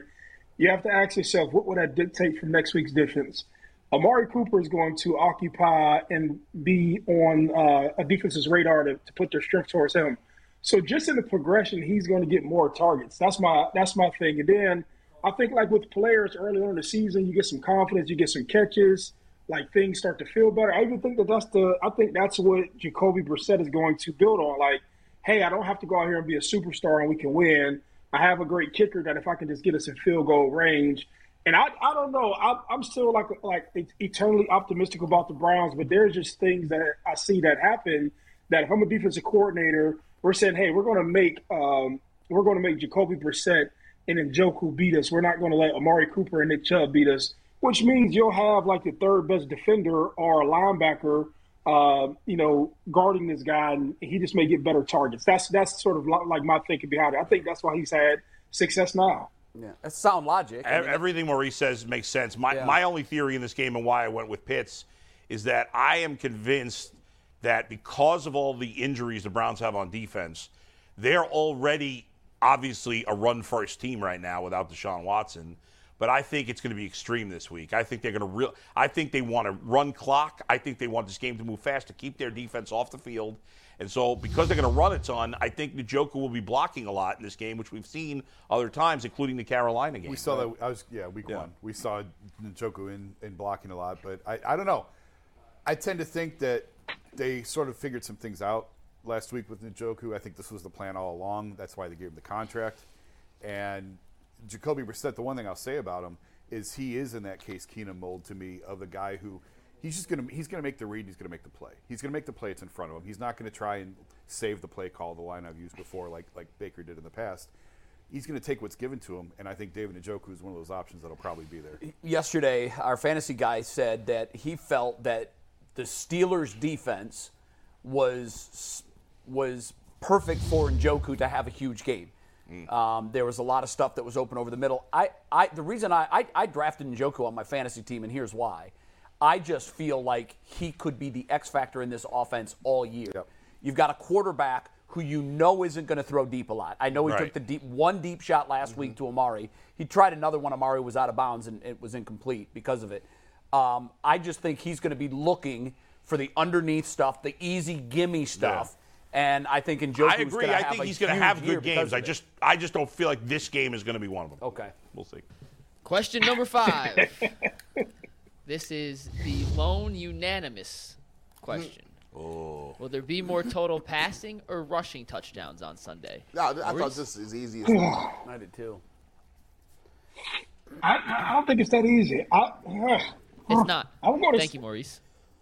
Speaker 9: You have to ask yourself, what would that dictate from next week's difference? Amari Cooper is going to occupy and be on uh, a defense's radar to, to put their strength towards him. So just in the progression, he's going to get more targets. That's my that's my thing. And then I think like with players early on in the season, you get some confidence, you get some catches, like things start to feel better. I even think that that's the I think that's what Jacoby Brissett is going to build on. Like, hey, I don't have to go out here and be a superstar and we can win. I have a great kicker that if I can just get us in field goal range. And I, I don't know. I, I'm still like like e-, eternally optimistic about the Browns, but there's just things that I see that happen that if I'm a defensive coordinator, we're saying, hey, we're going to make um, we're going to make Jacoby Brissett and Njoku beat us. We're not going to let Amari Cooper and Nick Chubb beat us, which means you'll have like the third best defender or a linebacker, uh, you know, guarding this guy, and he just may get better targets. That's that's sort of li- like my thinking behind it. I think that's why he's had success now.
Speaker 4: Yeah. That's sound logic.
Speaker 7: e-
Speaker 4: I mean,
Speaker 7: everything Maurice says makes sense. My
Speaker 4: Yeah.
Speaker 7: my only theory in this game and why I went with Pitts is that I am convinced that because of all the injuries the Browns have on defense, they're already obviously a run first team right now without Deshaun Watson. But I think it's going to be extreme this week. I think they're going to real. I think they want to run clock. I think they want this game to move fast to keep their defense off the field. And so, because they're going to run a ton, I think Njoku will be blocking a lot in this game, which we've seen other times, including the Carolina game.
Speaker 8: We saw that. I was yeah, week
Speaker 7: Yeah.
Speaker 8: one. We saw Njoku in, in blocking a lot, but I, I don't know. I tend to think that they sort of figured some things out last week with Njoku. I think this was the plan all along. That's why they gave him the contract. And Jacoby Brissett, the one thing I'll say about him is he is in that Case Keenum mold to me of the guy who he's just gonna he's gonna make the read. He's gonna make the play. He's gonna make the play. It's in front of him. He's not gonna try and save the play call. The line I've used before, like like Baker did in the past he's going to take what's given to him, and I think David Njoku is one of those options that'll probably be there.
Speaker 4: yesterday, our fantasy guy said that he felt that the Steelers' defense was was perfect for Njoku to have a huge game. Um, there was a lot of stuff that was open over the middle. I, I the reason I, I I drafted Njoku on my fantasy team, and here's why. I just feel like he could be the X factor in this offense all year. You've got a quarterback who you know isn't going to throw deep a lot. I know he took
Speaker 7: Right.
Speaker 4: the deep one deep shot last
Speaker 7: Mm-hmm.
Speaker 4: week to Amari. He tried another one. Amari was out of bounds and it was incomplete because of it. Um, I just think he's going to be looking for the underneath stuff, the easy gimme stuff, and I think Njoku's
Speaker 7: I agree.
Speaker 4: Gonna
Speaker 7: I
Speaker 4: have
Speaker 7: think
Speaker 4: a
Speaker 7: he's going to
Speaker 4: huge
Speaker 7: have
Speaker 4: year
Speaker 7: good
Speaker 4: because
Speaker 7: games.
Speaker 4: of
Speaker 7: I
Speaker 4: it.
Speaker 7: just, I just don't feel like this game is going to be one of them.
Speaker 4: okay.
Speaker 7: We'll see.
Speaker 6: Question number five. this is the lone unanimous question.
Speaker 5: Hmm.
Speaker 6: Oh. Will there be more total passing or rushing touchdowns on Sunday?
Speaker 5: No, I thought
Speaker 6: Maurice?
Speaker 5: this is easy as well.
Speaker 4: I did too.
Speaker 9: I, I don't think it's that easy. I, ugh.
Speaker 6: It's not.
Speaker 9: I'm gonna
Speaker 6: Thank
Speaker 9: s-
Speaker 6: you, Maurice.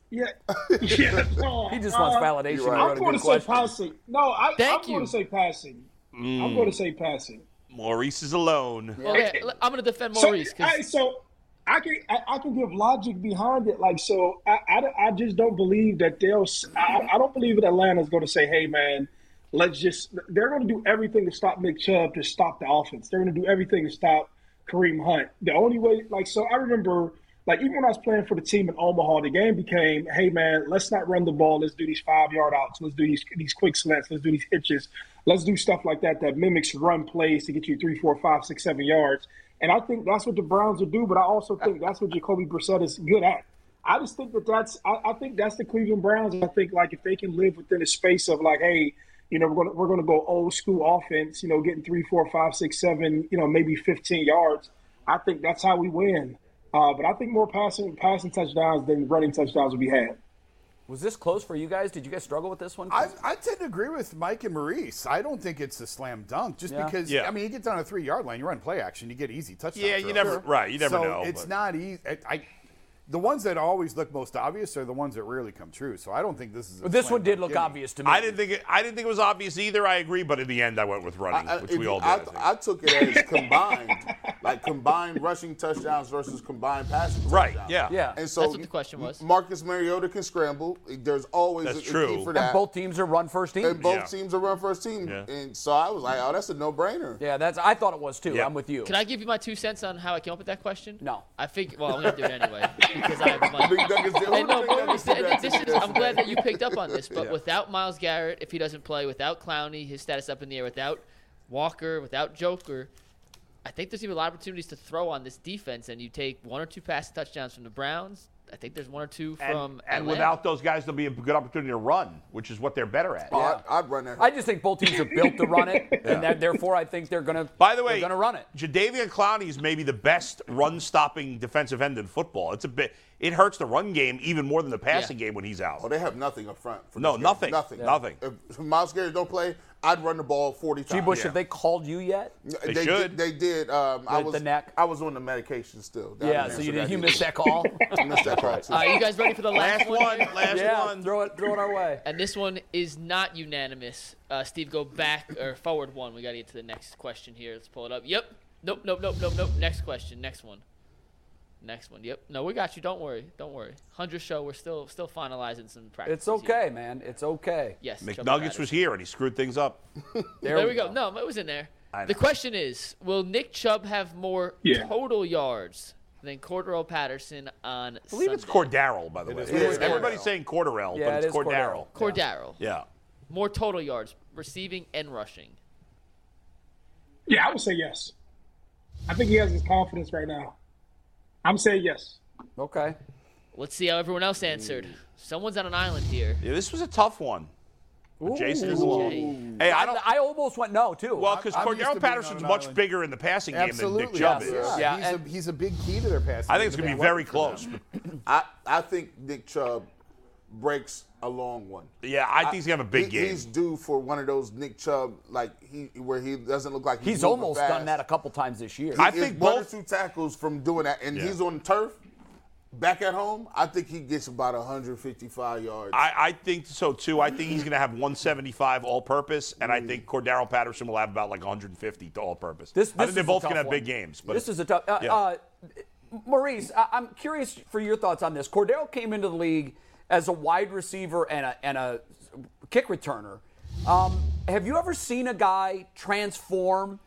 Speaker 9: Yeah. uh, yeah. no,
Speaker 4: He just wants validation.
Speaker 9: I'm
Speaker 4: What a
Speaker 9: going
Speaker 4: good
Speaker 9: to say
Speaker 4: question.
Speaker 9: passing. No, I,
Speaker 6: Thank
Speaker 9: I'm going
Speaker 6: you.
Speaker 9: to say passing. I'm
Speaker 7: Mm.
Speaker 9: going to say passing.
Speaker 7: Maurice is alone.
Speaker 6: Okay, l- I'm going to defend
Speaker 9: So,
Speaker 6: Maurice. 'cause-
Speaker 9: I, so I can I, I can give logic behind it. Like so, I, I, I just don't believe that they'll. s- I, I don't believe that Atlanta's going to say, "Hey, man, let's just." They're going to do everything to stop Nick Chubb to stop the offense. They're going to do everything to stop Kareem Hunt. The only way, like so, I remember. Like even when I was playing for the team in Omaha, the game became, "Hey man, let's not run the ball. Let's do these five yard outs. Let's do these these quick slants. Let's do these hitches. Let's do stuff like that that mimics run plays to get you three, four, five, six, seven yards." And I think that's what the Browns will do, but I also think that's what Jacoby Brissett is good at. I just think that that's I, I think that's the Cleveland Browns. And I think like if they can live within the space of like, hey, you know, we're gonna we're gonna go old school offense, you know, getting three, four, five, six, seven, you know, maybe fifteen yards. I think that's how we win. Uh, but I think more passing passing touchdowns than running touchdowns will be had.
Speaker 4: Was this close for you guys? Did you guys struggle with this one?
Speaker 8: I, I tend to agree with Mike and Maurice. I don't think it's a slam dunk just
Speaker 4: Yeah.
Speaker 8: because,
Speaker 7: Yeah.
Speaker 8: I mean, you get down a three yard line, you run play action, you get easy touchdowns.
Speaker 7: Yeah, you never- right, you never
Speaker 8: so
Speaker 7: know,
Speaker 8: It's
Speaker 7: but-
Speaker 8: not easy. I, I- the ones that always look most obvious are the ones that rarely come true. So I don't think this is. A
Speaker 4: But this
Speaker 8: slam
Speaker 4: one did
Speaker 8: dunk
Speaker 4: look
Speaker 8: gimme.
Speaker 4: obvious to me.
Speaker 7: I didn't think it, I didn't think it was obvious either. I agree, but in the end, I went with running,
Speaker 5: I, I-
Speaker 7: which
Speaker 5: if
Speaker 7: we
Speaker 5: you-
Speaker 7: all did.
Speaker 5: I,
Speaker 7: I think.
Speaker 5: I took it as combined, like combined rushing touchdowns versus combined passing
Speaker 7: Right,
Speaker 5: touchdowns.
Speaker 7: yeah.
Speaker 4: Yeah.
Speaker 5: And so
Speaker 6: That's what the question was.
Speaker 5: Marcus Mariota can scramble. There's always
Speaker 7: That's
Speaker 5: a, a
Speaker 7: true.
Speaker 5: key for
Speaker 7: And
Speaker 5: that.
Speaker 4: And both teams are run first teams.
Speaker 5: and both
Speaker 7: Yeah.
Speaker 5: teams are run first team.
Speaker 7: Yeah.
Speaker 5: And so I was like, oh, that's a no brainer.
Speaker 4: Yeah, that's. I thought it was too.
Speaker 7: Yeah.
Speaker 4: I'm with you.
Speaker 6: Can I give you my two cents on how I came up with that question?
Speaker 4: No.
Speaker 6: I fig well, I'm gonna do it anyway because I have the money.
Speaker 5: Big Doug is the
Speaker 6: And
Speaker 5: only
Speaker 6: no,
Speaker 5: thing that
Speaker 6: Maurice,
Speaker 5: can do
Speaker 6: and
Speaker 5: that
Speaker 6: this
Speaker 5: to
Speaker 6: is,
Speaker 5: you.
Speaker 6: I'm glad that you picked up on this. But without Miles Garrett, if he doesn't play, without Clowney, his status up in the air, without Walker, without Joker, I think there's even a lot of opportunities to throw on this defense. And you take one or two passing touchdowns from the Browns. I think there's one or two
Speaker 7: and,
Speaker 6: from
Speaker 7: and
Speaker 6: Atlanta.
Speaker 7: without those guys, there'll be a good opportunity to run, which is what they're better at.
Speaker 5: Oh, I'd, I'd run that.
Speaker 4: I just think both teams are built to run it, and that, therefore I think they're gonna.
Speaker 7: By the way,
Speaker 4: they're gonna run it.
Speaker 7: Jadavian Clowney is maybe the best run-stopping defensive end in football. It's a bit. It hurts the run game even more than the passing game when he's out.
Speaker 5: oh, they have nothing up front. For
Speaker 7: No,
Speaker 5: this game.
Speaker 7: nothing.
Speaker 5: Nothing.
Speaker 7: Yeah. Nothing.
Speaker 5: If- If Miles Garrett don't play, I'd run the ball 40
Speaker 4: G.
Speaker 5: times.
Speaker 4: Bush,
Speaker 7: Yeah.
Speaker 4: have they called you yet?
Speaker 7: They
Speaker 5: did-
Speaker 7: should.
Speaker 5: they did. Um, I
Speaker 4: The-
Speaker 5: was
Speaker 4: the neck.
Speaker 5: I was on the medication still. That
Speaker 4: yeah.
Speaker 5: was
Speaker 4: So
Speaker 5: the
Speaker 4: you
Speaker 5: answer
Speaker 4: did. You
Speaker 5: needed.
Speaker 4: missed that call.
Speaker 5: I missed that part too.
Speaker 6: All right, you guys ready for the last,
Speaker 7: Last one.
Speaker 6: here?
Speaker 7: Last
Speaker 4: yeah.
Speaker 7: one.
Speaker 4: Throw it. Throw it our way.
Speaker 6: And this one is not unanimous. Uh, Steve, go back or forward one. We got to get to the next question here. Let's pull it up. Yep. Nope, nope, nope, nope, nope. Next question. Next one. Next one. Yep. No, we got you. Don't worry. Don't worry. 100 show. We're still still finalizing some practice.
Speaker 4: It's okay, man. It's okay.
Speaker 6: Yes. Chuba
Speaker 7: McNuggets
Speaker 6: Hubbard.
Speaker 7: was here and he screwed things up.
Speaker 6: There, we go. No, it was in there.
Speaker 7: I
Speaker 6: The
Speaker 7: know.
Speaker 6: question is, will Nick Chubb have more
Speaker 9: Yeah.
Speaker 6: total yards than Cordero Patterson on
Speaker 7: I believe it's
Speaker 6: Sunday?
Speaker 7: Cordarrell, by the way.
Speaker 8: is
Speaker 5: Cordarrell.
Speaker 7: Everybody's saying Cordarrell,
Speaker 4: Yeah,
Speaker 7: but
Speaker 4: it
Speaker 7: it's
Speaker 4: is
Speaker 7: Cordarrell.
Speaker 6: Cordero.
Speaker 7: Yeah.
Speaker 6: More total yards, receiving and rushing.
Speaker 9: Yeah, I would say yes. I think he has his confidence right now. I'm saying yes.
Speaker 4: Okay.
Speaker 6: Let's see how everyone else answered. Someone's on an island here.
Speaker 7: Yeah, this was a tough one. But Jason is alone. Hey, I don't.
Speaker 4: I almost went no too.
Speaker 7: Well, because
Speaker 8: I'm used to
Speaker 7: Cordero
Speaker 8: being
Speaker 7: Patterson's
Speaker 8: on an
Speaker 7: much
Speaker 8: island.
Speaker 7: bigger in the passing game than Nick
Speaker 8: Absolutely.
Speaker 7: Chubb is.
Speaker 8: Yeah,
Speaker 4: Yeah,
Speaker 8: he's,
Speaker 4: and-
Speaker 8: a, he's a big key to their passing.
Speaker 7: I think it's
Speaker 8: game.
Speaker 7: going to be very
Speaker 8: They're weapons for them.
Speaker 7: close.
Speaker 5: I, I think Nick Chubb breaks a long one.
Speaker 7: Yeah, I think he's going to have a big
Speaker 5: He-
Speaker 7: game.
Speaker 5: He's due for one of those Nick Chubb like he where he doesn't look like he's,
Speaker 4: he's
Speaker 5: moving
Speaker 4: almost
Speaker 5: fast.
Speaker 4: done that a couple times this year.
Speaker 7: I
Speaker 5: He
Speaker 7: think
Speaker 5: is one or
Speaker 7: both-
Speaker 5: two tackles from doing that, and
Speaker 7: Yeah.
Speaker 5: he's on turf. Back at home, I think he gets about 155 yards.
Speaker 7: I, I think so too. I think he's going to have 175 all-purpose, and I think Cordero Patterson will have about like 150 to all-purpose.
Speaker 4: This,
Speaker 7: I
Speaker 4: this
Speaker 7: think
Speaker 4: is
Speaker 7: they're
Speaker 4: a
Speaker 7: both going to
Speaker 4: tough
Speaker 7: have
Speaker 4: one.
Speaker 7: big games. But
Speaker 4: this is a tough. Uh,
Speaker 7: Yeah.
Speaker 4: uh, Maurice, I, I'm curious for your thoughts on this. Cordero came into the league as a wide receiver and a, and a kick returner. Um, have you ever seen a guy transform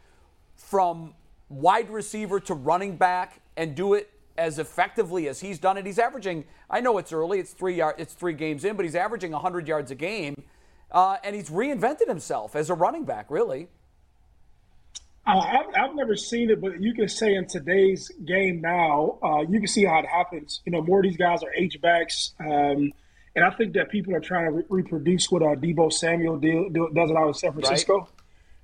Speaker 4: from wide receiver to running back and do it as effectively as he's done it? He's averaging. I know it's early. It's three yard. It's three games in, but he's averaging 100 yards a game, uh, and he's reinvented himself as a running back. Really.
Speaker 9: Uh, I've, I've never seen it, but you can say in today's game now, uh, you can see how it happens. You know, more of these guys are H backs, um, and I think that people are trying to re- reproduce what uh, Debo Samuel deal, do, does it out in San Francisco.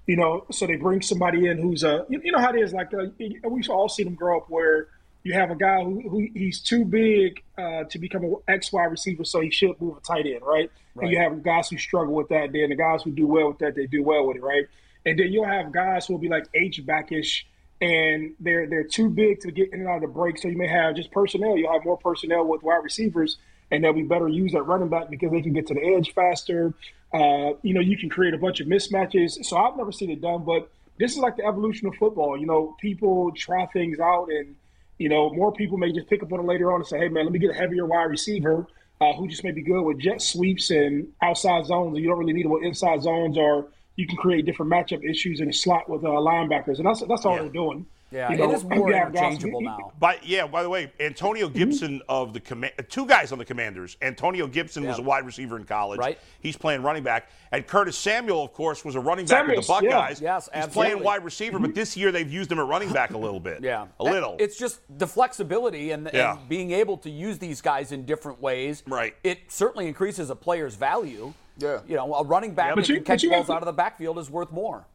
Speaker 9: You know, so they bring somebody in who's a you, you know how it is like uh, you- we've all seen them grow up where you have a guy who, who he's too big uh, to become an X Y receiver, so he should move a tight end, right? And you have guys who struggle with that, then the guys who do well with that, they do well with it, right? And then you'll have guys who will be like H backish, and they're they're too big to get in and out of the break. So you may have just personnel. You'll have more personnel with wide receivers, and that we better use at running back because they can get to the edge faster. Uh, you know, you can create a bunch of mismatches. So I've never seen it done, but this is like the evolution of football. You know, people try things out, and you know, more people may just pick up on it later on and say, "Hey, man, let me get a heavier wide receiver uh, who just may be good with jet sweeps and outside zones. And you don't really need them with inside zones, or you can create different matchup issues in a slot with uh, linebackers." And that's that's all they're doing.
Speaker 4: Yeah,
Speaker 9: You
Speaker 4: it
Speaker 9: know,
Speaker 4: is more
Speaker 9: you have guys-
Speaker 4: interchangeable now.
Speaker 7: But yeah, by the way, Antonio Gibson of the command, two guys on the Commanders. Antonio Gibson was a
Speaker 4: Yeah.
Speaker 7: wide receiver in college.
Speaker 4: Right.
Speaker 7: He's playing running back, and Curtis Samuel, of course, was a running back with the
Speaker 4: Samuels, yeah.
Speaker 7: Buckeyes.
Speaker 4: Yes,
Speaker 7: He's
Speaker 4: absolutely.
Speaker 7: playing wide receiver, but this year they've used him at running back a little bit.
Speaker 4: Yeah,
Speaker 7: a
Speaker 4: That-
Speaker 7: little.
Speaker 4: It's just the flexibility and, and
Speaker 7: Yeah.
Speaker 4: being able to use these guys in different ways.
Speaker 7: Right.
Speaker 4: It certainly increases a player's value.
Speaker 5: Yeah.
Speaker 4: You know, a running
Speaker 9: Yep.
Speaker 4: back that
Speaker 9: But you-
Speaker 4: can catch
Speaker 9: but you
Speaker 4: balls
Speaker 9: have-
Speaker 4: out of the backfield is worth more.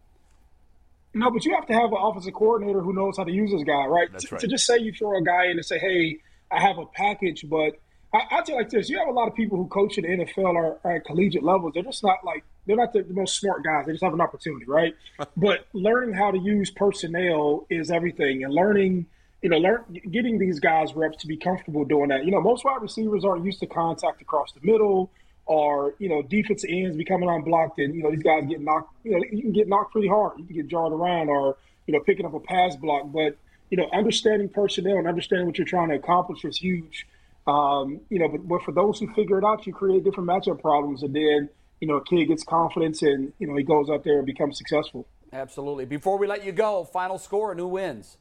Speaker 9: No, but you have to have an offensive coordinator who knows how to use this guy, right?
Speaker 7: That's
Speaker 9: To-
Speaker 7: right.
Speaker 9: To just say you throw a guy in and say, "Hey, I have a package," but I, I tell you like this: you have a lot of people who coach in the NFL or, or at collegiate levels. They're just not like they're not the, the most smart guys. They just have an opportunity, right? but learning how to use personnel is everything, and learning. You know, learn getting these guys reps to be comfortable doing that. You know, most wide receivers aren't used to contact across the middle, or you know defensive ends becoming unblocked and you know these guys get knocked you know you can get knocked pretty hard you can get jarred around or you know picking up a pass block but you know understanding personnel and understanding what you're trying to accomplish is huge um, you know but, but for those who figure it out you create different matchup problems and then you know a kid gets confidence and you know he goes out there and becomes successful
Speaker 4: Absolutely. Before we let you go, final score and who wins?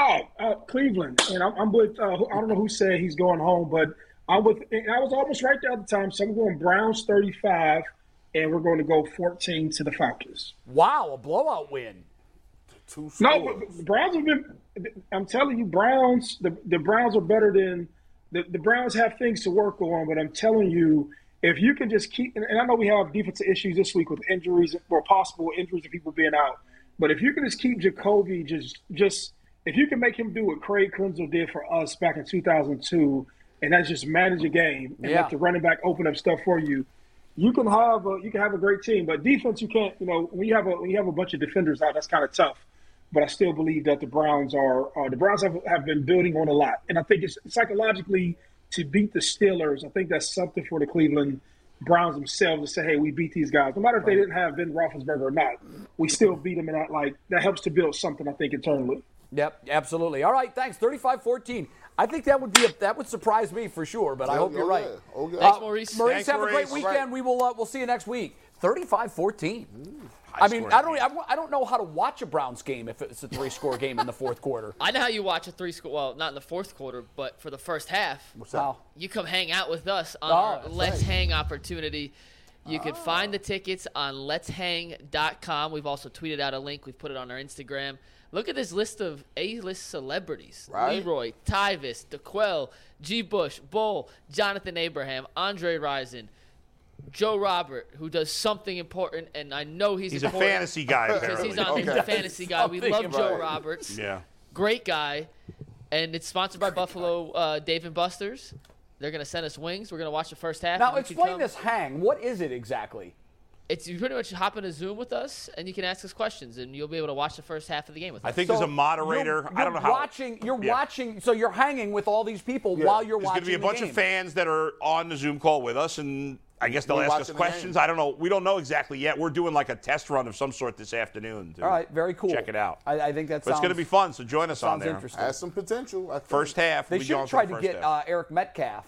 Speaker 9: Oh, uh, Cleveland, and I'm, I'm with. Uh, who- I don't know who said he's going home, but I'm with. And I was almost right the other time, so I'm going Browns 35, and we're going to go 14 to the Falcons.
Speaker 4: Wow, a blowout win.
Speaker 8: Two
Speaker 9: No, but- but the Browns have been. I'm telling you, Browns. The, the Browns are better than the, the Browns have things to work on. But I'm telling you, if you can just keep, and- and I know we have defensive issues this week with injuries or possible injuries and people being out. But if you can just keep Jacoby, just just if you can make him do what Craig Krenzel did for us back in 2002, and that's just manage a game and
Speaker 4: Yeah.
Speaker 9: let the running back open up stuff for you. You can have a, you can have a great team, but defense you can't. You know when you have a when you have a bunch of defenders out, that's kind of tough but I still believe that the Browns are uh, the Browns have, have been building on a lot, and I think it's psychologically to beat the Steelers. I think that's something for the Cleveland Browns themselves to say, "Hey, we beat these guys, no matter if they didn't have Ben Roethlisberger or not. We still beat them, and that like that helps to build something. I think internally.
Speaker 4: Yep, absolutely. All right, thanks. 35-14. I think that would be a, that would surprise me for sure, but I
Speaker 5: Yeah,
Speaker 4: hope you're
Speaker 5: yeah,
Speaker 4: right.
Speaker 5: yeah. Oh, yeah.
Speaker 4: Uh,
Speaker 5: Thanks,
Speaker 4: Maurice,
Speaker 5: Maurice.
Speaker 7: Thanks,
Speaker 4: have a
Speaker 7: Maurice.
Speaker 4: great weekend. We will uh, we'll see you next week. 35-14. I mean,
Speaker 7: scoring
Speaker 4: I don't I, I don't know how to watch a Browns game if it's a three-score game in the fourth quarter.
Speaker 6: I know how you watch a three score. Well, not in the fourth quarter, but for the first half,
Speaker 4: Wow.
Speaker 6: you come hang out with us on
Speaker 4: Oh,
Speaker 6: our
Speaker 4: that's
Speaker 6: Let's
Speaker 4: right.
Speaker 6: Hang opportunity. You can find the tickets on let'shang.com. We've also tweeted out a link. We've put it on our Instagram. Look at this list of A-list celebrities:
Speaker 5: Right.
Speaker 6: Leroy, Tyvis, DeQuell, G. Bush, Bull, Jonathan Abraham, Andre Rison, Joe Robert, who does something important, and I know he's,
Speaker 7: He's a
Speaker 6: important
Speaker 7: fantasy guy,
Speaker 6: because
Speaker 7: apparently.
Speaker 6: he's on he's a fantasy guy. We
Speaker 4: Something
Speaker 6: love Joe
Speaker 4: about-
Speaker 6: Roberts
Speaker 7: yeah.
Speaker 6: great guy, and it's sponsored by Buffalo uh, Dave and Buster's. They're gonna send us wings. We're gonna watch the first half.
Speaker 4: Now
Speaker 6: and you can
Speaker 4: explain
Speaker 6: come.
Speaker 4: this hang. What is it exactly?
Speaker 6: It's you pretty much hop in a Zoom with us, and you can ask us questions, and you'll be able to watch the first half of the game with
Speaker 7: I
Speaker 6: us.
Speaker 7: think
Speaker 4: So
Speaker 7: there's a moderator.
Speaker 4: You're,
Speaker 7: I don't know
Speaker 4: you're
Speaker 7: how.
Speaker 4: Watching, you're
Speaker 7: Yeah.
Speaker 4: watching. So you're hanging with all these people while you're
Speaker 7: There's going
Speaker 4: watching.
Speaker 7: to be a
Speaker 4: the
Speaker 7: bunch
Speaker 4: game.
Speaker 7: of fans that are on the Zoom call with us, and I guess they'll
Speaker 5: We're
Speaker 7: ask
Speaker 5: watching
Speaker 7: us
Speaker 5: the
Speaker 7: questions.
Speaker 5: game.
Speaker 7: I don't know. We don't know exactly yet. We're doing like a test run of some sort this afternoon. to
Speaker 4: All right, very cool.
Speaker 7: Check it out.
Speaker 4: I, I think that's.
Speaker 7: But it's going to be fun, so join us on
Speaker 4: Sounds
Speaker 7: there.
Speaker 4: interesting.
Speaker 5: Has some potential. I think.
Speaker 7: First half,
Speaker 4: They
Speaker 7: we
Speaker 4: should
Speaker 7: go
Speaker 4: have
Speaker 7: on
Speaker 4: tried
Speaker 7: for the
Speaker 4: to get
Speaker 7: first
Speaker 4: uh, Eric Metcalf.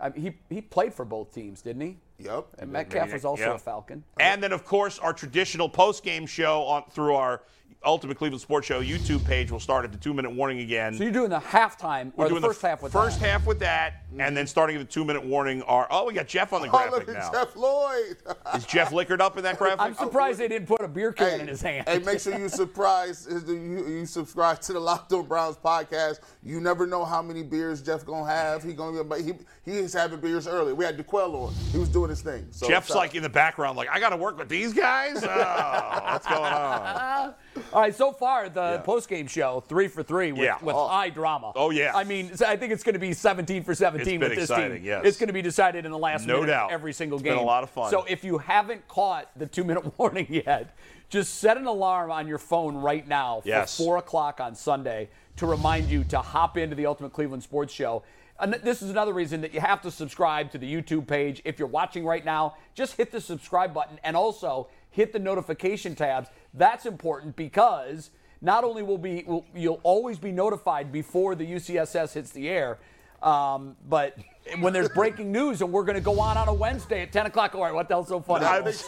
Speaker 4: I mean, he he played for both teams, didn't he?
Speaker 5: Yep.
Speaker 4: And Metcalf
Speaker 7: maybe-
Speaker 4: was also
Speaker 7: yeah.
Speaker 4: a Falcon.
Speaker 7: And then, of course, our traditional post-game show on through our Ultimate Cleveland Sports Show YouTube page will start at the two-minute warning again.
Speaker 4: So you're doing the halftime
Speaker 7: We're
Speaker 4: or the
Speaker 7: doing
Speaker 4: first half with
Speaker 7: first
Speaker 4: that.
Speaker 7: half with that, and then starting at the two-minute warning are oh, we got Jeff on the
Speaker 5: Oh,
Speaker 7: graphic
Speaker 5: look
Speaker 7: now.
Speaker 5: at Jeff Lloyd.
Speaker 7: Is Jeff liquored up in that graphic?
Speaker 4: I'm surprised they didn't put a beer can in his hand.
Speaker 5: hey, make sure you surprise you, you subscribe to the Locked On Browns podcast. You never know how many beers Jeff gonna have. He gonna be he he is having beers early. We had DeQuell on. He was doing his thing. So
Speaker 7: Jeff's
Speaker 5: so-
Speaker 4: uh,
Speaker 7: like in the background, like I got to work with these guys. Oh, what's going on?
Speaker 4: uh, All right, so far the post-game show three for three with,
Speaker 7: Yeah.
Speaker 4: with
Speaker 7: Oh.
Speaker 4: high drama.
Speaker 7: Oh, yeah.
Speaker 4: I mean, so I think it's going to be 17 for 17
Speaker 7: It's been
Speaker 4: with this
Speaker 7: exciting,
Speaker 4: team.
Speaker 7: yes.
Speaker 4: It's going to be decided in the last
Speaker 7: No
Speaker 4: minute of
Speaker 7: doubt.
Speaker 4: every single
Speaker 7: It's
Speaker 4: game.
Speaker 7: been a lot of fun.
Speaker 4: So if you haven't caught the two-minute warning yet, just set an alarm on your phone right now for
Speaker 7: Yes.
Speaker 4: four o'clock on Sunday to remind you to hop into the Ultimate Cleveland Sports Show. an- this is another reason that you have to subscribe to the YouTube page. If you're watching right now, just hit the subscribe button and also hit the notification tabs. That's important because not only will be will, you'll always be notified before the UCSS hits the air, um, but when there's breaking news and we're going to go on on a Wednesday at 10 o'clock. All right, what the hell's so funny?
Speaker 7: I'm-
Speaker 4: What's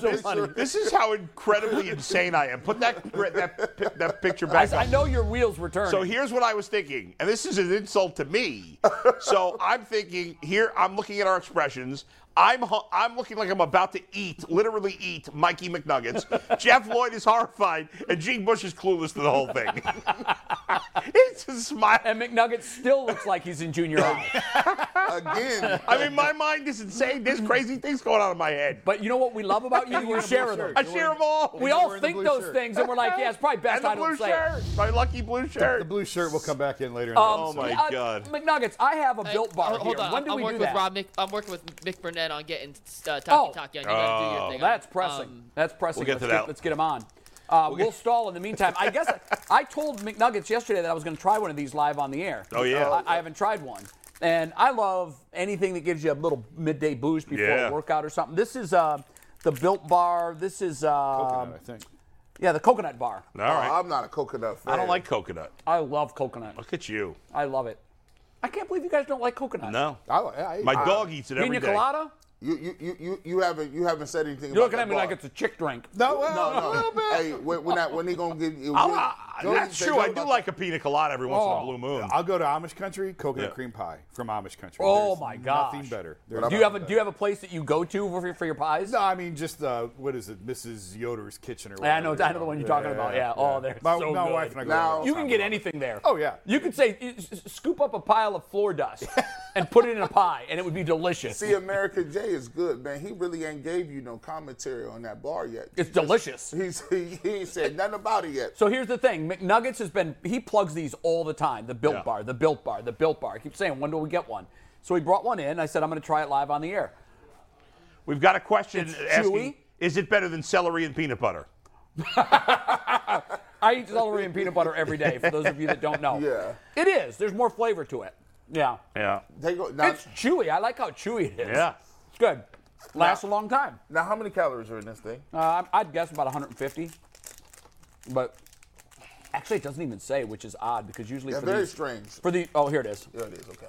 Speaker 4: so funny?
Speaker 7: This is how incredibly insane I am. Put that that, pi- that picture back.
Speaker 4: I- I
Speaker 7: up.
Speaker 4: know your wheels were turning.
Speaker 7: So here's what I was thinking, and this is an insult to me. so I'm thinking here. I'm looking at our expressions. I'm hu- I'm looking like I'm about to eat, literally eat Mikey McNuggets. Jeff Lloyd is horrified, and Gene Bush is clueless to the whole thing. it's a smile.
Speaker 4: And McNuggets still looks like he's in junior high.
Speaker 5: Again.
Speaker 7: I mean, my mind is insane. There's crazy things going on in my head.
Speaker 4: But you know what we love about you? You share them.
Speaker 7: I share them all.
Speaker 4: We all think those things, and we're like, yeah, it's probably best
Speaker 7: And the
Speaker 4: I don't
Speaker 7: blue
Speaker 4: say. it.
Speaker 7: shirt. My lucky blue
Speaker 8: The,
Speaker 7: shirt.
Speaker 8: the blue shirt will come back in later. In
Speaker 4: Um,
Speaker 8: the
Speaker 7: Oh, my
Speaker 8: episode.
Speaker 4: yeah, uh,
Speaker 7: God.
Speaker 4: McNuggets, I have a
Speaker 6: Hey,
Speaker 4: built bar
Speaker 6: hold- Hold
Speaker 4: here.
Speaker 6: on,
Speaker 4: When do
Speaker 6: I'm
Speaker 4: we
Speaker 6: working
Speaker 4: do
Speaker 6: with
Speaker 4: that?
Speaker 6: Rob. Mick, I'm working with Mick Burnett on getting uh, Taki
Speaker 4: Oh.
Speaker 6: Taki. on. You gotta do your
Speaker 7: Oh.
Speaker 6: thing.
Speaker 4: That's
Speaker 6: on.
Speaker 4: pressing.
Speaker 6: Um,
Speaker 4: That's pressing.
Speaker 7: We'll get
Speaker 4: let's,
Speaker 7: to
Speaker 4: get,
Speaker 7: that.
Speaker 4: let's get him on. Uh, we'll stall in the meantime. I guess I, I told McNuggets yesterday that I was going to try one of these live on the air.
Speaker 7: Oh, yeah.
Speaker 4: I, I haven't tried one, and I love anything that gives you a little midday boost before
Speaker 7: Yeah.
Speaker 4: a workout or something. This is uh, the Built Bar. This is uh,
Speaker 8: Coconut, I think.
Speaker 4: yeah, the coconut bar.
Speaker 7: all right.
Speaker 5: oh, I'm not a coconut fan.
Speaker 7: I don't like coconut.
Speaker 4: I love coconut.
Speaker 7: Look at you.
Speaker 4: I love it. I can't believe you guys don't like coconut.
Speaker 7: No.
Speaker 8: I, I,
Speaker 7: My
Speaker 8: I-
Speaker 7: dog eats it every
Speaker 4: Pina
Speaker 7: day.
Speaker 4: colada?
Speaker 5: You, you, you, you, you haven't you haven't said anything.
Speaker 4: You're
Speaker 5: about
Speaker 4: looking at
Speaker 5: that
Speaker 4: me like
Speaker 5: bar.
Speaker 4: it's a chick drink.
Speaker 8: No, well,
Speaker 5: No, no.
Speaker 8: a little bit.
Speaker 5: Hey, when, when, I, when they gonna give you?
Speaker 7: I'll-
Speaker 4: Uh,
Speaker 7: I-
Speaker 5: Don't
Speaker 7: that's
Speaker 5: even
Speaker 7: true. I
Speaker 5: think
Speaker 7: do
Speaker 5: about
Speaker 7: like a pina colada every once in
Speaker 4: Oh.
Speaker 7: a blue moon.
Speaker 8: I'll go to Amish country. Coconut
Speaker 7: Yeah.
Speaker 8: cream pie from Amish country.
Speaker 4: Oh
Speaker 8: There's
Speaker 4: my gosh.
Speaker 8: Nothing better.
Speaker 5: What
Speaker 4: Do you have a Do you have a place that you go to for your, for your pies?
Speaker 8: No, I mean just uh, what is it, Mrs. Yoder's kitchen or
Speaker 4: Yeah, I
Speaker 8: whatever.
Speaker 4: know- I know the one you're talking about. Yeah. Oh, they're
Speaker 8: my,
Speaker 4: so
Speaker 8: my
Speaker 4: good.
Speaker 8: wife and I go
Speaker 5: Now-
Speaker 8: there all the
Speaker 4: You can
Speaker 8: time.
Speaker 4: get anything there.
Speaker 8: Oh, yeah.
Speaker 4: You could say you s- s- scoop up a pile of floor dust and put it in a pie, and it would be delicious.
Speaker 5: See, America Jay is good, man. He really ain't gave you no commentary on that bar yet.
Speaker 4: it's delicious.
Speaker 5: He's, he, he ain't said nothing about it yet.
Speaker 4: So here's the thing: McNuggets has been he plugs these all the time. The Built
Speaker 7: Yeah.
Speaker 4: Bar, the Built Bar, the Built Bar. I keep saying, when do we get one? So he brought one in. I said, I'm going to try it live on the air.
Speaker 7: We've got a question
Speaker 4: It's chewy.
Speaker 7: asking: Is it better than celery and peanut butter?
Speaker 4: I eat celery and peanut butter every day. For those of you that don't know,
Speaker 5: Yeah.
Speaker 4: it is. There's more flavor to it. Yeah,
Speaker 7: Yeah.
Speaker 5: They go, now,
Speaker 4: it's chewy. I like how chewy it is.
Speaker 7: Yeah.
Speaker 4: it's good. Lasts a long time.
Speaker 5: now, how many calories are in this thing?
Speaker 4: Uh, I'd guess about 150, but actually it doesn't even say, which is odd because usually
Speaker 5: They're
Speaker 4: for
Speaker 5: very
Speaker 4: these-
Speaker 5: strange.
Speaker 4: for the oh here it is,
Speaker 5: There it is. Okay.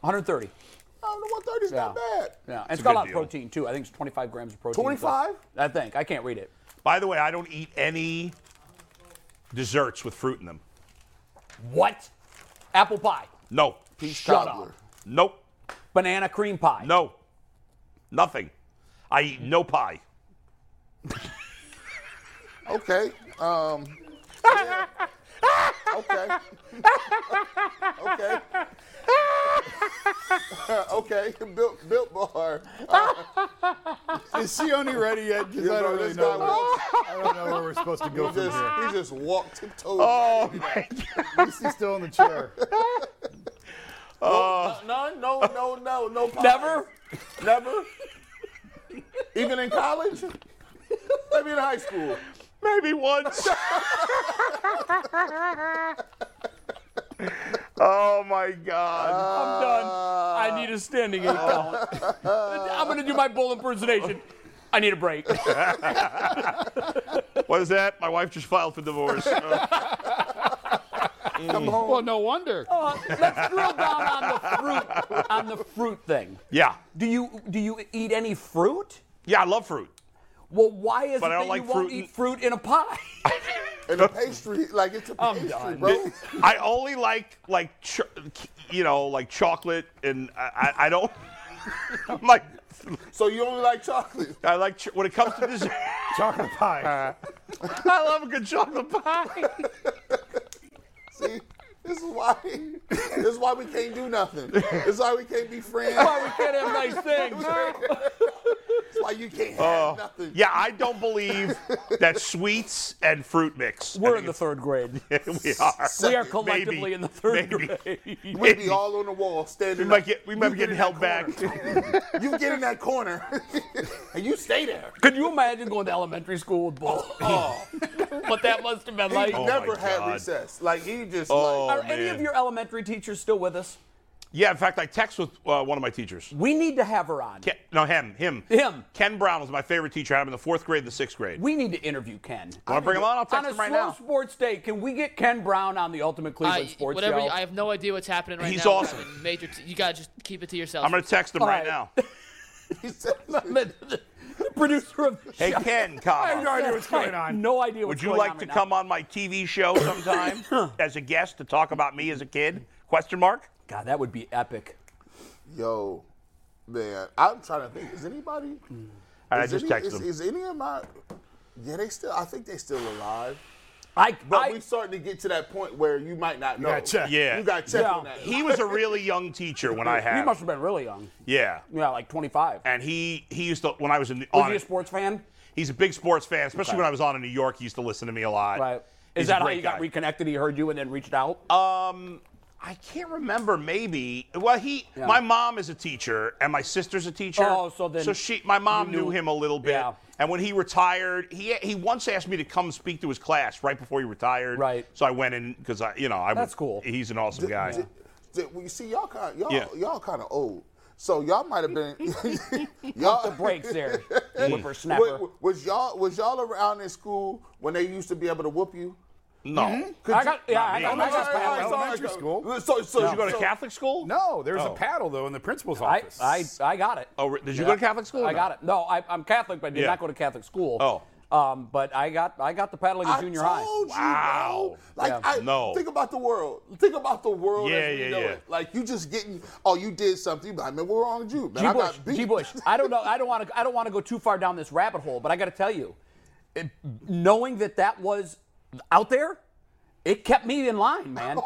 Speaker 4: 130.
Speaker 5: Oh, the 130 is not
Speaker 4: Yeah.
Speaker 5: bad.
Speaker 4: Yeah, and
Speaker 7: It's
Speaker 4: it's
Speaker 7: a
Speaker 4: got
Speaker 7: good
Speaker 4: a lot
Speaker 7: deal.
Speaker 4: of protein too. I think it's 25 grams of protein.
Speaker 5: 25?
Speaker 4: I think I can't read it.
Speaker 7: By the way, I don't eat any desserts with fruit in them.
Speaker 4: What? Apple pie,
Speaker 7: No.
Speaker 5: Peach
Speaker 4: Shut
Speaker 5: cobbler.
Speaker 4: up.
Speaker 7: Nope.
Speaker 4: banana cream pie.
Speaker 7: No. Nothing. I eat no pie.
Speaker 5: Okay. Um. yeah. Okay. okay. okay. Built, built bar.
Speaker 8: Is she only ready yet? 'Cause I
Speaker 5: know,
Speaker 8: don't really
Speaker 5: this
Speaker 8: know.
Speaker 5: guy
Speaker 8: I don't know where we're supposed to go
Speaker 5: He
Speaker 8: from
Speaker 5: just,
Speaker 8: here.
Speaker 5: he just walked tiptoes.
Speaker 7: Oh my God.
Speaker 8: At least he's still in the chair.
Speaker 4: Oh.
Speaker 5: No, no, no, no, no. Pies.
Speaker 4: Never?
Speaker 5: Never. Even in college? Maybe in high school.
Speaker 7: Maybe once. oh my God.
Speaker 4: I'm
Speaker 5: Ah.
Speaker 4: done. I need a standing eight count. I'm gonna do my bull impersonation. I need a break.
Speaker 7: What is that? My wife just filed for divorce.
Speaker 8: well, no wonder.
Speaker 4: Uh, let's drill down on the fruit on the fruit thing.
Speaker 7: yeah.
Speaker 4: Do you do you eat any fruit?
Speaker 7: Yeah, I love fruit.
Speaker 4: Well, why is it
Speaker 7: But I
Speaker 4: that
Speaker 7: don't like
Speaker 4: you won't
Speaker 7: fruit
Speaker 4: eat
Speaker 7: in-
Speaker 4: fruit in a pie?
Speaker 5: And the pastry, like it's a
Speaker 4: I'm
Speaker 5: pastry,
Speaker 4: done.
Speaker 5: bro.
Speaker 7: I only like like ch- you know like chocolate and I, I, I don't I'm like
Speaker 5: So you only like chocolate.
Speaker 7: I like ch- when it comes to dessert.
Speaker 8: Chocolate pie.
Speaker 7: I love a good chocolate pie.
Speaker 5: See? This is why this is why we can't do nothing. This is why we can't be friends.
Speaker 4: why we can't have nice things?
Speaker 5: This is why you can't have nothing.
Speaker 7: Oh, Yeah, I don't believe that sweets and fruit mix. I
Speaker 4: We're
Speaker 7: think
Speaker 4: in the third grade.
Speaker 7: it's- we are.
Speaker 4: We are
Speaker 5: Maybe,
Speaker 4: collectively in the third
Speaker 7: maybe.
Speaker 4: grade.
Speaker 5: We'd be all on the wall standing.
Speaker 7: We might
Speaker 5: up.
Speaker 7: get we might be
Speaker 5: You
Speaker 7: getting
Speaker 5: get in
Speaker 7: held
Speaker 5: that
Speaker 7: back.
Speaker 5: corner. you get in that corner and you stay there.
Speaker 4: Could you imagine going to elementary school with Bull? Oh, what that must have been
Speaker 5: He
Speaker 4: like.
Speaker 7: Oh my
Speaker 5: never had
Speaker 7: God.
Speaker 5: recess. Like he just
Speaker 7: Oh.
Speaker 5: like
Speaker 4: Are any
Speaker 7: man.
Speaker 4: of your elementary teachers still with us?
Speaker 7: Yeah, in fact, I text with uh, one of my teachers.
Speaker 4: We need to have her on.
Speaker 7: Ken, no, him, him,
Speaker 4: him.
Speaker 7: Ken Brown was my favorite teacher. I had him in the fourth grade, and the sixth grade.
Speaker 4: We need to interview Ken.
Speaker 7: Want to bring him on? I'll text
Speaker 4: on a
Speaker 7: him right
Speaker 4: slow
Speaker 7: now.
Speaker 4: sports day, can we get Ken Brown on the Ultimate Cleveland
Speaker 6: I-
Speaker 4: Sports
Speaker 6: whatever.
Speaker 4: Show?
Speaker 6: I have no idea what's happening right
Speaker 4: He's
Speaker 6: now.
Speaker 4: awesome.
Speaker 6: I mean, Major, t- you gotta just keep it to yourself.
Speaker 7: I'm gonna text him
Speaker 6: All
Speaker 7: right,
Speaker 6: right.
Speaker 7: now.
Speaker 4: the producer of the
Speaker 7: Hey
Speaker 4: show.
Speaker 7: Ken, comma.
Speaker 4: I have no idea what's going on. No idea
Speaker 7: Would
Speaker 4: what's
Speaker 7: you
Speaker 4: going
Speaker 7: like
Speaker 4: on
Speaker 7: to
Speaker 4: right now.
Speaker 7: come on my TV show sometime as a guest to talk about me as a kid? Question mark.
Speaker 4: God, that would be epic.
Speaker 5: Yo, man, I'm trying to think. Is anybody?
Speaker 7: I
Speaker 5: is
Speaker 7: just
Speaker 5: any,
Speaker 7: texted
Speaker 5: is,
Speaker 7: him.
Speaker 5: is any of my? Yeah, they still. I think they still alive.
Speaker 4: I.
Speaker 5: But we starting to get to that point where you might not know.
Speaker 7: Yeah.
Speaker 5: You got to check on that.
Speaker 7: He was a really young teacher when I had.
Speaker 4: He
Speaker 7: him.
Speaker 4: must have been really young.
Speaker 7: Yeah.
Speaker 4: Yeah, like 25.
Speaker 7: And he he used to when I was in
Speaker 4: Was
Speaker 7: on
Speaker 4: he a
Speaker 7: it-
Speaker 4: sports fan?
Speaker 7: He's a big sports fan, especially
Speaker 4: Okay.
Speaker 7: when I was on in New York. He used to listen to me a lot.
Speaker 4: Right. Is
Speaker 7: He's a
Speaker 4: that how
Speaker 7: great
Speaker 4: you got
Speaker 7: guy.
Speaker 4: reconnected? He heard you and then reached out.
Speaker 7: Um, I can't remember. Maybe. Well, he.
Speaker 4: Yeah.
Speaker 7: My mom is a teacher, and my sister's a teacher.
Speaker 4: Oh, so then
Speaker 7: she. My mom
Speaker 4: you
Speaker 7: knew,
Speaker 4: knew-
Speaker 7: him a little bit.
Speaker 4: Yeah.
Speaker 7: And when he retired, he he once asked me to come speak to his class right before he retired.
Speaker 4: Right.
Speaker 7: So I went in because I, you know, I.
Speaker 4: That's
Speaker 7: was-
Speaker 4: cool.
Speaker 7: He's an awesome guy.
Speaker 5: Th- well, you see, y'all kind, y'all,
Speaker 7: Yeah.
Speaker 5: y'all kind of old. So y'all might have been. y'all
Speaker 4: the brakes there, whippersnapper.
Speaker 5: Wa- wa- Was y'all was y'all around in school when they used to be able to whoop you?
Speaker 7: No.
Speaker 5: Could
Speaker 4: Mm-hmm. I
Speaker 5: you-
Speaker 4: got, yeah,
Speaker 7: me.
Speaker 4: I got, I got
Speaker 5: All right, all right,
Speaker 4: Brown.
Speaker 5: all right,
Speaker 8: Elementary
Speaker 5: so-
Speaker 8: school.
Speaker 5: So, so
Speaker 7: Did you go to Catholic school?
Speaker 8: No, there's
Speaker 7: Oh.
Speaker 8: a paddle though in the principal's
Speaker 4: I,
Speaker 8: office.
Speaker 4: I, I got it.
Speaker 7: Oh, re- did you go to Catholic school? or
Speaker 4: I
Speaker 7: no?
Speaker 4: got it. No, I, I'm Catholic, but I did
Speaker 7: Yeah.
Speaker 4: not go to Catholic school.
Speaker 7: Oh.
Speaker 4: Um, but I got I got the paddling in
Speaker 5: I
Speaker 4: junior high.
Speaker 5: told
Speaker 7: Wow.
Speaker 5: you, bro. Like,
Speaker 4: Yeah.
Speaker 5: I,
Speaker 7: No.
Speaker 5: think about the world. Think about the world
Speaker 7: Yeah,
Speaker 5: as we
Speaker 7: yeah,
Speaker 5: know
Speaker 7: yeah.
Speaker 5: it. Like, you just getting, oh, you did something. You be like, man, what wrong with you? Man,
Speaker 4: G
Speaker 5: I
Speaker 4: Bush,
Speaker 5: got beat.
Speaker 4: G Bush. I don't know. I don't want to. I don't want to go too far down this rabbit hole. But I got to tell you, it, knowing that that was out there, it kept me in line, man.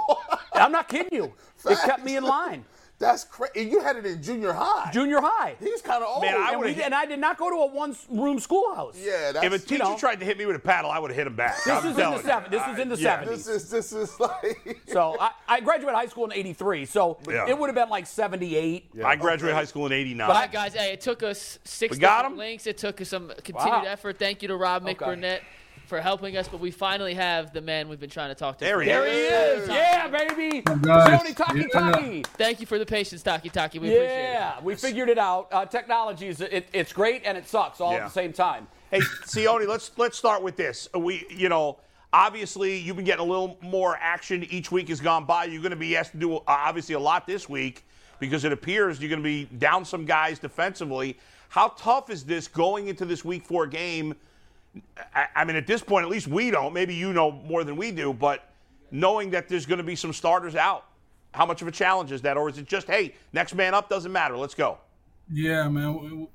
Speaker 4: I'm not kidding you. It kept me in line.
Speaker 5: That's crazy. You had it in junior high.
Speaker 4: Junior high.
Speaker 5: He's kind of old.
Speaker 7: Man, I
Speaker 4: and,
Speaker 7: would've
Speaker 4: we,
Speaker 7: hit-
Speaker 4: and I did not go to a one-room schoolhouse.
Speaker 5: yeah, that's,
Speaker 7: If a teacher
Speaker 4: know.
Speaker 7: tried to hit me with a paddle, I would have hit him back.
Speaker 4: This
Speaker 7: I'm
Speaker 4: is in
Speaker 7: telling
Speaker 4: the
Speaker 7: you.
Speaker 4: seven. This is in the
Speaker 7: yeah.
Speaker 4: seventies.
Speaker 5: this is, this is like.
Speaker 4: So I, I graduated high school in '83. So
Speaker 7: Yeah.
Speaker 4: it would have been like '78.
Speaker 7: I graduated high school in '89.
Speaker 6: All right, guys. Hey, it took us six
Speaker 7: We got
Speaker 6: different
Speaker 7: 'em?
Speaker 6: links. It took us some continued
Speaker 4: Wow.
Speaker 6: effort. Thank you to Rob
Speaker 4: Okay.
Speaker 6: McBurnett for helping us, but we finally have the man we've been trying to talk to.
Speaker 7: There
Speaker 6: for-
Speaker 7: he is.
Speaker 4: There he is. Yeah, baby.
Speaker 9: guys.
Speaker 4: Tony Taki
Speaker 9: Yeah.
Speaker 4: Taki.
Speaker 6: Thank you for the patience, Taki Taki. We appreciate it.
Speaker 4: Yeah, we figured it out. Uh, technology is it, it's great and it sucks all
Speaker 7: Yeah.
Speaker 4: at the same time.
Speaker 7: Hey, Sione, let's let's start with this. We, you know, obviously you've been getting a little more action each week has gone by. You're going to be asked to do uh, obviously a lot this week because it appears you're going to be down some guys defensively. How tough is this going into this week four game? I, I mean, at this point, at least we don't. Maybe you know more than we do, but knowing that there's going to be some starters out, how much of a challenge is that, or is it just hey, next man up doesn't matter? Let's go.
Speaker 9: Yeah, man. w- w-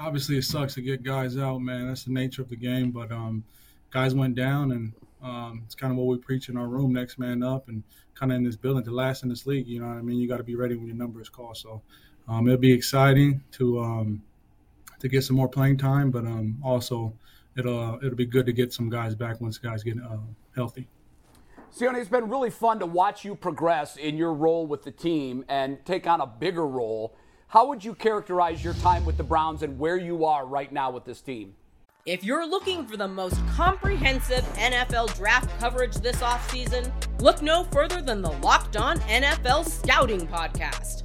Speaker 9: Obviously, it sucks to get guys out, man. That's the nature of the game. But um, guys went down, and um, it's kind of what we preach in our room: next man up, and kind of in this building, the last in this league. You know what I mean? You got to be ready when your number is called. So um, it'll be exciting to um, to get some more playing time, but um, also it'll uh, it'll be good to get some guys back once guys get uh, healthy.
Speaker 4: Sione, it's been really fun to watch you progress in your role with the team and take on a bigger role. How would you characterize your time with the Browns and where you are right now with this team?
Speaker 10: If you're looking for the most comprehensive NFL draft coverage this offseason, look no further than the Locked On NFL Scouting Podcast.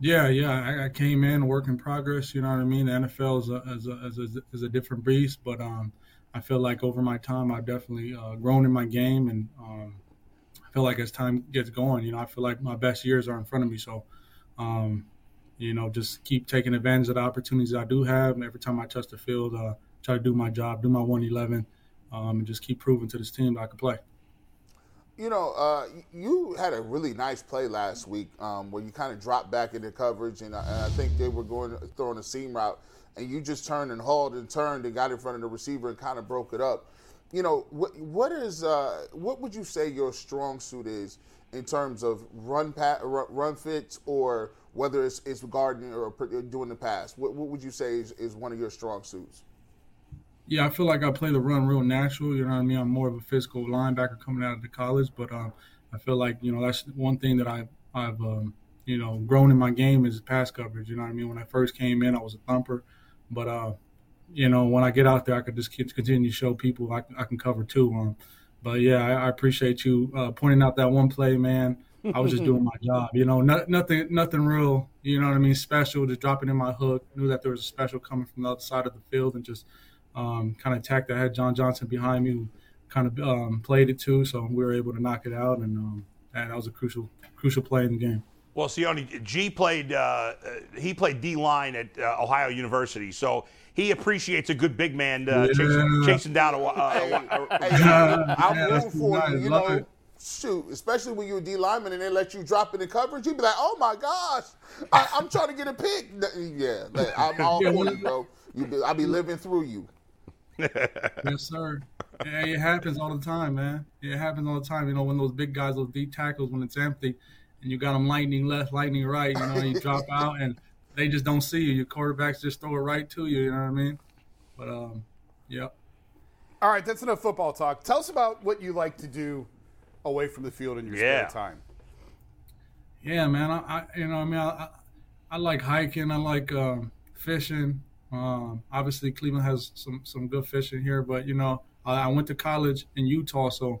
Speaker 9: Yeah, yeah. I, I came in work in progress. You know what I mean. The NFL is a is a, is a, is a different beast, but um, I feel like over my time, I've definitely uh, grown in my game, and um, I feel like as time gets going, you know, I feel like my best years are in front of me. So, um, you know, just keep taking advantage of the opportunities I do have, and every time I touch the field, uh, try to do my job, do my one eleven, um, and just keep proving to this team that I can play.
Speaker 5: You know, uh, you had a really nice play last week um, where you kind of dropped back into coverage, and, I- and I think they were going throwing a seam route, and you just turned and hauled and turned and got in front of the receiver and kind of broke it up. you know, what what is uh, what would you say your strong suit is in terms of run pat run, run fits or whether it's it's guarding or pr- doing the pass? What, what would you say is, is one of your strong suits?
Speaker 11: Yeah, I feel like I play the run real natural. You know what I mean? I'm more of a physical linebacker coming out of the college, but um, I feel like you know that's one thing that I I've um, you know grown in my game is pass coverage. You know what I mean? When I first came in, I was a thumper, but uh, you know when I get out there, I could just keep, continue to show people I, I can cover too. Um, but yeah, I, I appreciate you uh, pointing out that one play, man. I was just doing my job. You know, no, nothing nothing real. You know what I mean? Special, just dropping in my hook. Knew that there was a special coming from the other side of the field, and just um, kind of attacked. I had John Johnson behind me, who kind of um, played it too, so we were able to knock it out, and um, and that was a crucial crucial play in the game.
Speaker 7: Well, Sione, G played. Uh, uh, he played D line at uh, Ohio University, so he appreciates a good big man uh, chasing,
Speaker 5: Yeah.
Speaker 7: chasing down a. wa- uh, a, wa- a-
Speaker 5: Hey, I'm rooting for you. You know, shoot, especially when you're a D lineman and they let you drop in the coverage, you'd be like, "Oh my gosh, I, I'm trying to get a pick." Yeah, like, I'm all for you, bro. You be, I'll be living through you.
Speaker 11: yes, sir. Yeah, it happens all the time, man. It happens all the time. You know, when those big guys, those deep tackles, when it's empty, and you got them lightning left, lightning right. You know, you drop out, and they just don't see you. Your quarterbacks just throw it right to you. You know what I mean? But um, yeah.
Speaker 8: All right, that's enough football talk. Tell us about what you like to do away from the field in your
Speaker 7: Yeah.
Speaker 8: spare time.
Speaker 11: Yeah, man. I, I you know, I mean, I, I, I like hiking. I like um, fishing. Um, obviously, Cleveland has some some good fishing here, but you know, I, I went to college in Utah, so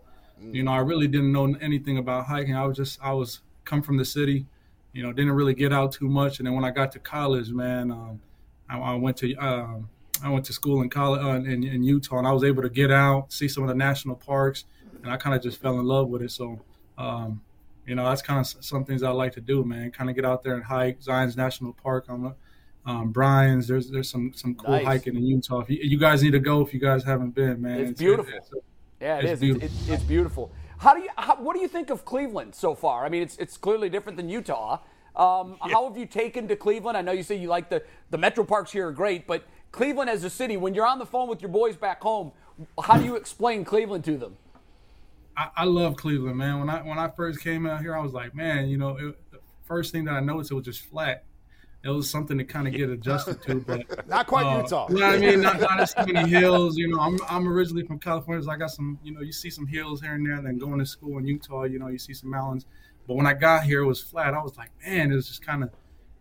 Speaker 11: you know, I really didn't know anything about hiking. I was just I was come from the city, you know, didn't really get out too much. And then when I got to college, man, um, I, I went to um, I went to school in college uh, in, in Utah, and I was able to get out, see some of the national parks, and I kind of just fell in love with it. So. Um, you know, that's kind of some things I like to do, man. Kind of get out there and hike Zion's National Park. I'm, a- um, Brian's. There's there's some some cool
Speaker 4: Nice.
Speaker 11: hiking in Utah. If you, you guys need to go if you guys haven't been, man.
Speaker 4: It's beautiful. Yeah,
Speaker 11: it's
Speaker 4: it is. It's,
Speaker 11: beautiful.
Speaker 4: it's, it's beautiful. How do you? How, what do you think of Cleveland so far? I mean, it's it's clearly different than Utah. Um, How have you taken to Cleveland? I know you say you like the the metro parks here are great, but Cleveland as a city, when you're on the phone with your boys back home, how do you explain Cleveland to them?
Speaker 11: I, I love Cleveland, man. When I when I first came out here, I was like, man, you know, it, the first thing that I noticed it was just flat. It was something to kind of get adjusted to, but
Speaker 8: Not quite
Speaker 11: uh,
Speaker 8: Utah.
Speaker 11: You know what I mean? Not, not as many hills. You know, I'm I'm originally from California, so I got some. You know, you see some hills here and there. And then going to school in Utah, you know, you see some mountains. But when I got here, it was flat. I was like, man, it was just kind of,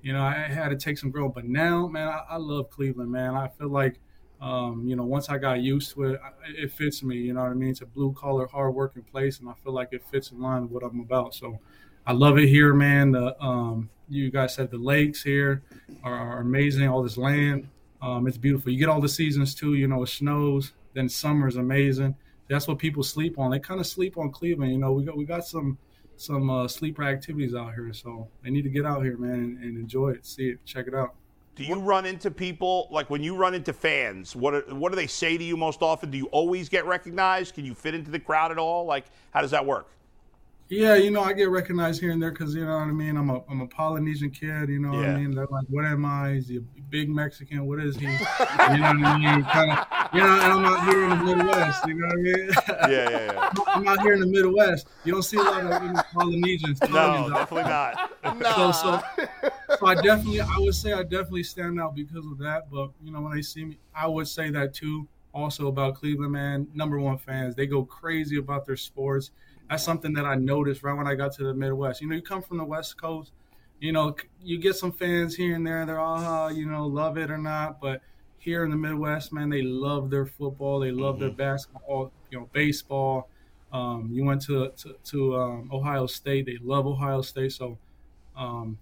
Speaker 11: you know, I had to take some growth. But now, man, I, I love Cleveland, man. I feel like, um, you know, once I got used to it, I- it fits me. You know what I mean? It's a blue collar, hard working place, and I feel like it fits in line with what I'm about. So I love it here, man. The um, you guys said the lakes here are, are amazing. All this land, um, it's beautiful. You get all the seasons too. You know, it snows, then summer is amazing. That's what people sleep on. They kind of sleep on Cleveland. You know, we got we got some some uh, sleeper activities out here, so they need to get out here, man, and, and enjoy it, see it, check it out.
Speaker 7: Do you run into people like when you run into fans? What are, what do they say to you most often? Do you always get recognized? Can you fit into the crowd at all? Like how does that work?
Speaker 11: Yeah, you know, I get recognized here and there because you know what I mean. I'm a I'm a Polynesian kid, you know what
Speaker 7: Yeah.
Speaker 11: I mean. They're like, "What am I? Is he a big Mexican? What is he?" you know what I mean? Kind of, you know. And I'm out here in the Midwest. You know what I mean?
Speaker 7: Yeah, yeah, yeah.
Speaker 11: I'm out here in the Midwest. You don't see a lot of you know, Polynesians. Polynesians out
Speaker 7: definitely not.
Speaker 11: so, so, so I definitely, I would say I definitely stand out because of that. But you know, when they see me, I would say that too. Also about Cleveland, man, number one fans, they go crazy about their sports. That's something that I noticed right when I got to the Midwest. You know, you come from the West Coast, you know, c- you get some fans here and there. They're all, uh, you know, love it or not, but here in the Midwest, man, they love their football. They love their
Speaker 12: Mhm.
Speaker 11: basketball. You know, baseball. Um, you went to to, to um, Ohio State. They love Ohio State. So, um,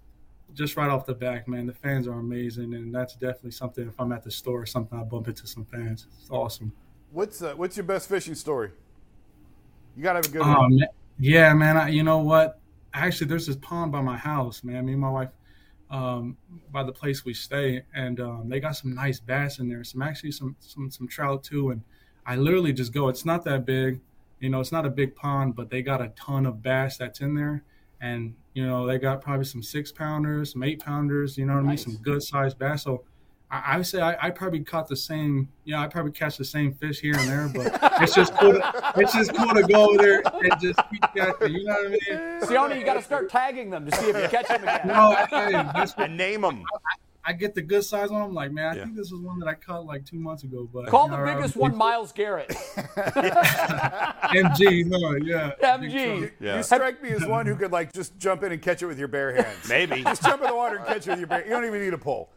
Speaker 11: just right off the back, man, the fans are amazing, and that's definitely something. If I'm at the store or something, I bump into some fans. It's awesome.
Speaker 8: What's uh, what's your best fishing story? You gotta have a good
Speaker 11: Oh,
Speaker 8: one.
Speaker 11: man. Yeah, man. I, you know what? Actually, there's this pond by my house, man. Me and my wife, um, by the place we stay, and um, they got some nice bass in there. Some actually some some some trout too. And I literally just go. It's not that big, you know. It's not a big pond, but they got a ton of bass that's in there. And you know, they got probably some six pounders, some eight pounders. You know what I mean? Some good sized bass. So I, I say I, I probably caught the same. You know, I probably catch the same fish here and there, but it's just cool. To, it's just cool to go over there and just keep catching. You know what I mean?
Speaker 4: Sione, you got to start tagging them to see if you catch them again.
Speaker 11: No, hey, that's what-
Speaker 7: and name them.
Speaker 11: I get the good size one. I'm like, man, I think this was one that I caught like two months ago. But
Speaker 4: Call the
Speaker 11: All right,
Speaker 4: biggest
Speaker 11: we-
Speaker 4: one Miles Garrett.
Speaker 11: MG, huh? Yeah.
Speaker 4: MG.
Speaker 8: You- You strike me as one who could like just jump in and catch it with your bare hands.
Speaker 7: Maybe.
Speaker 8: just jump in the water and catch it with your bare. You don't even need a pole.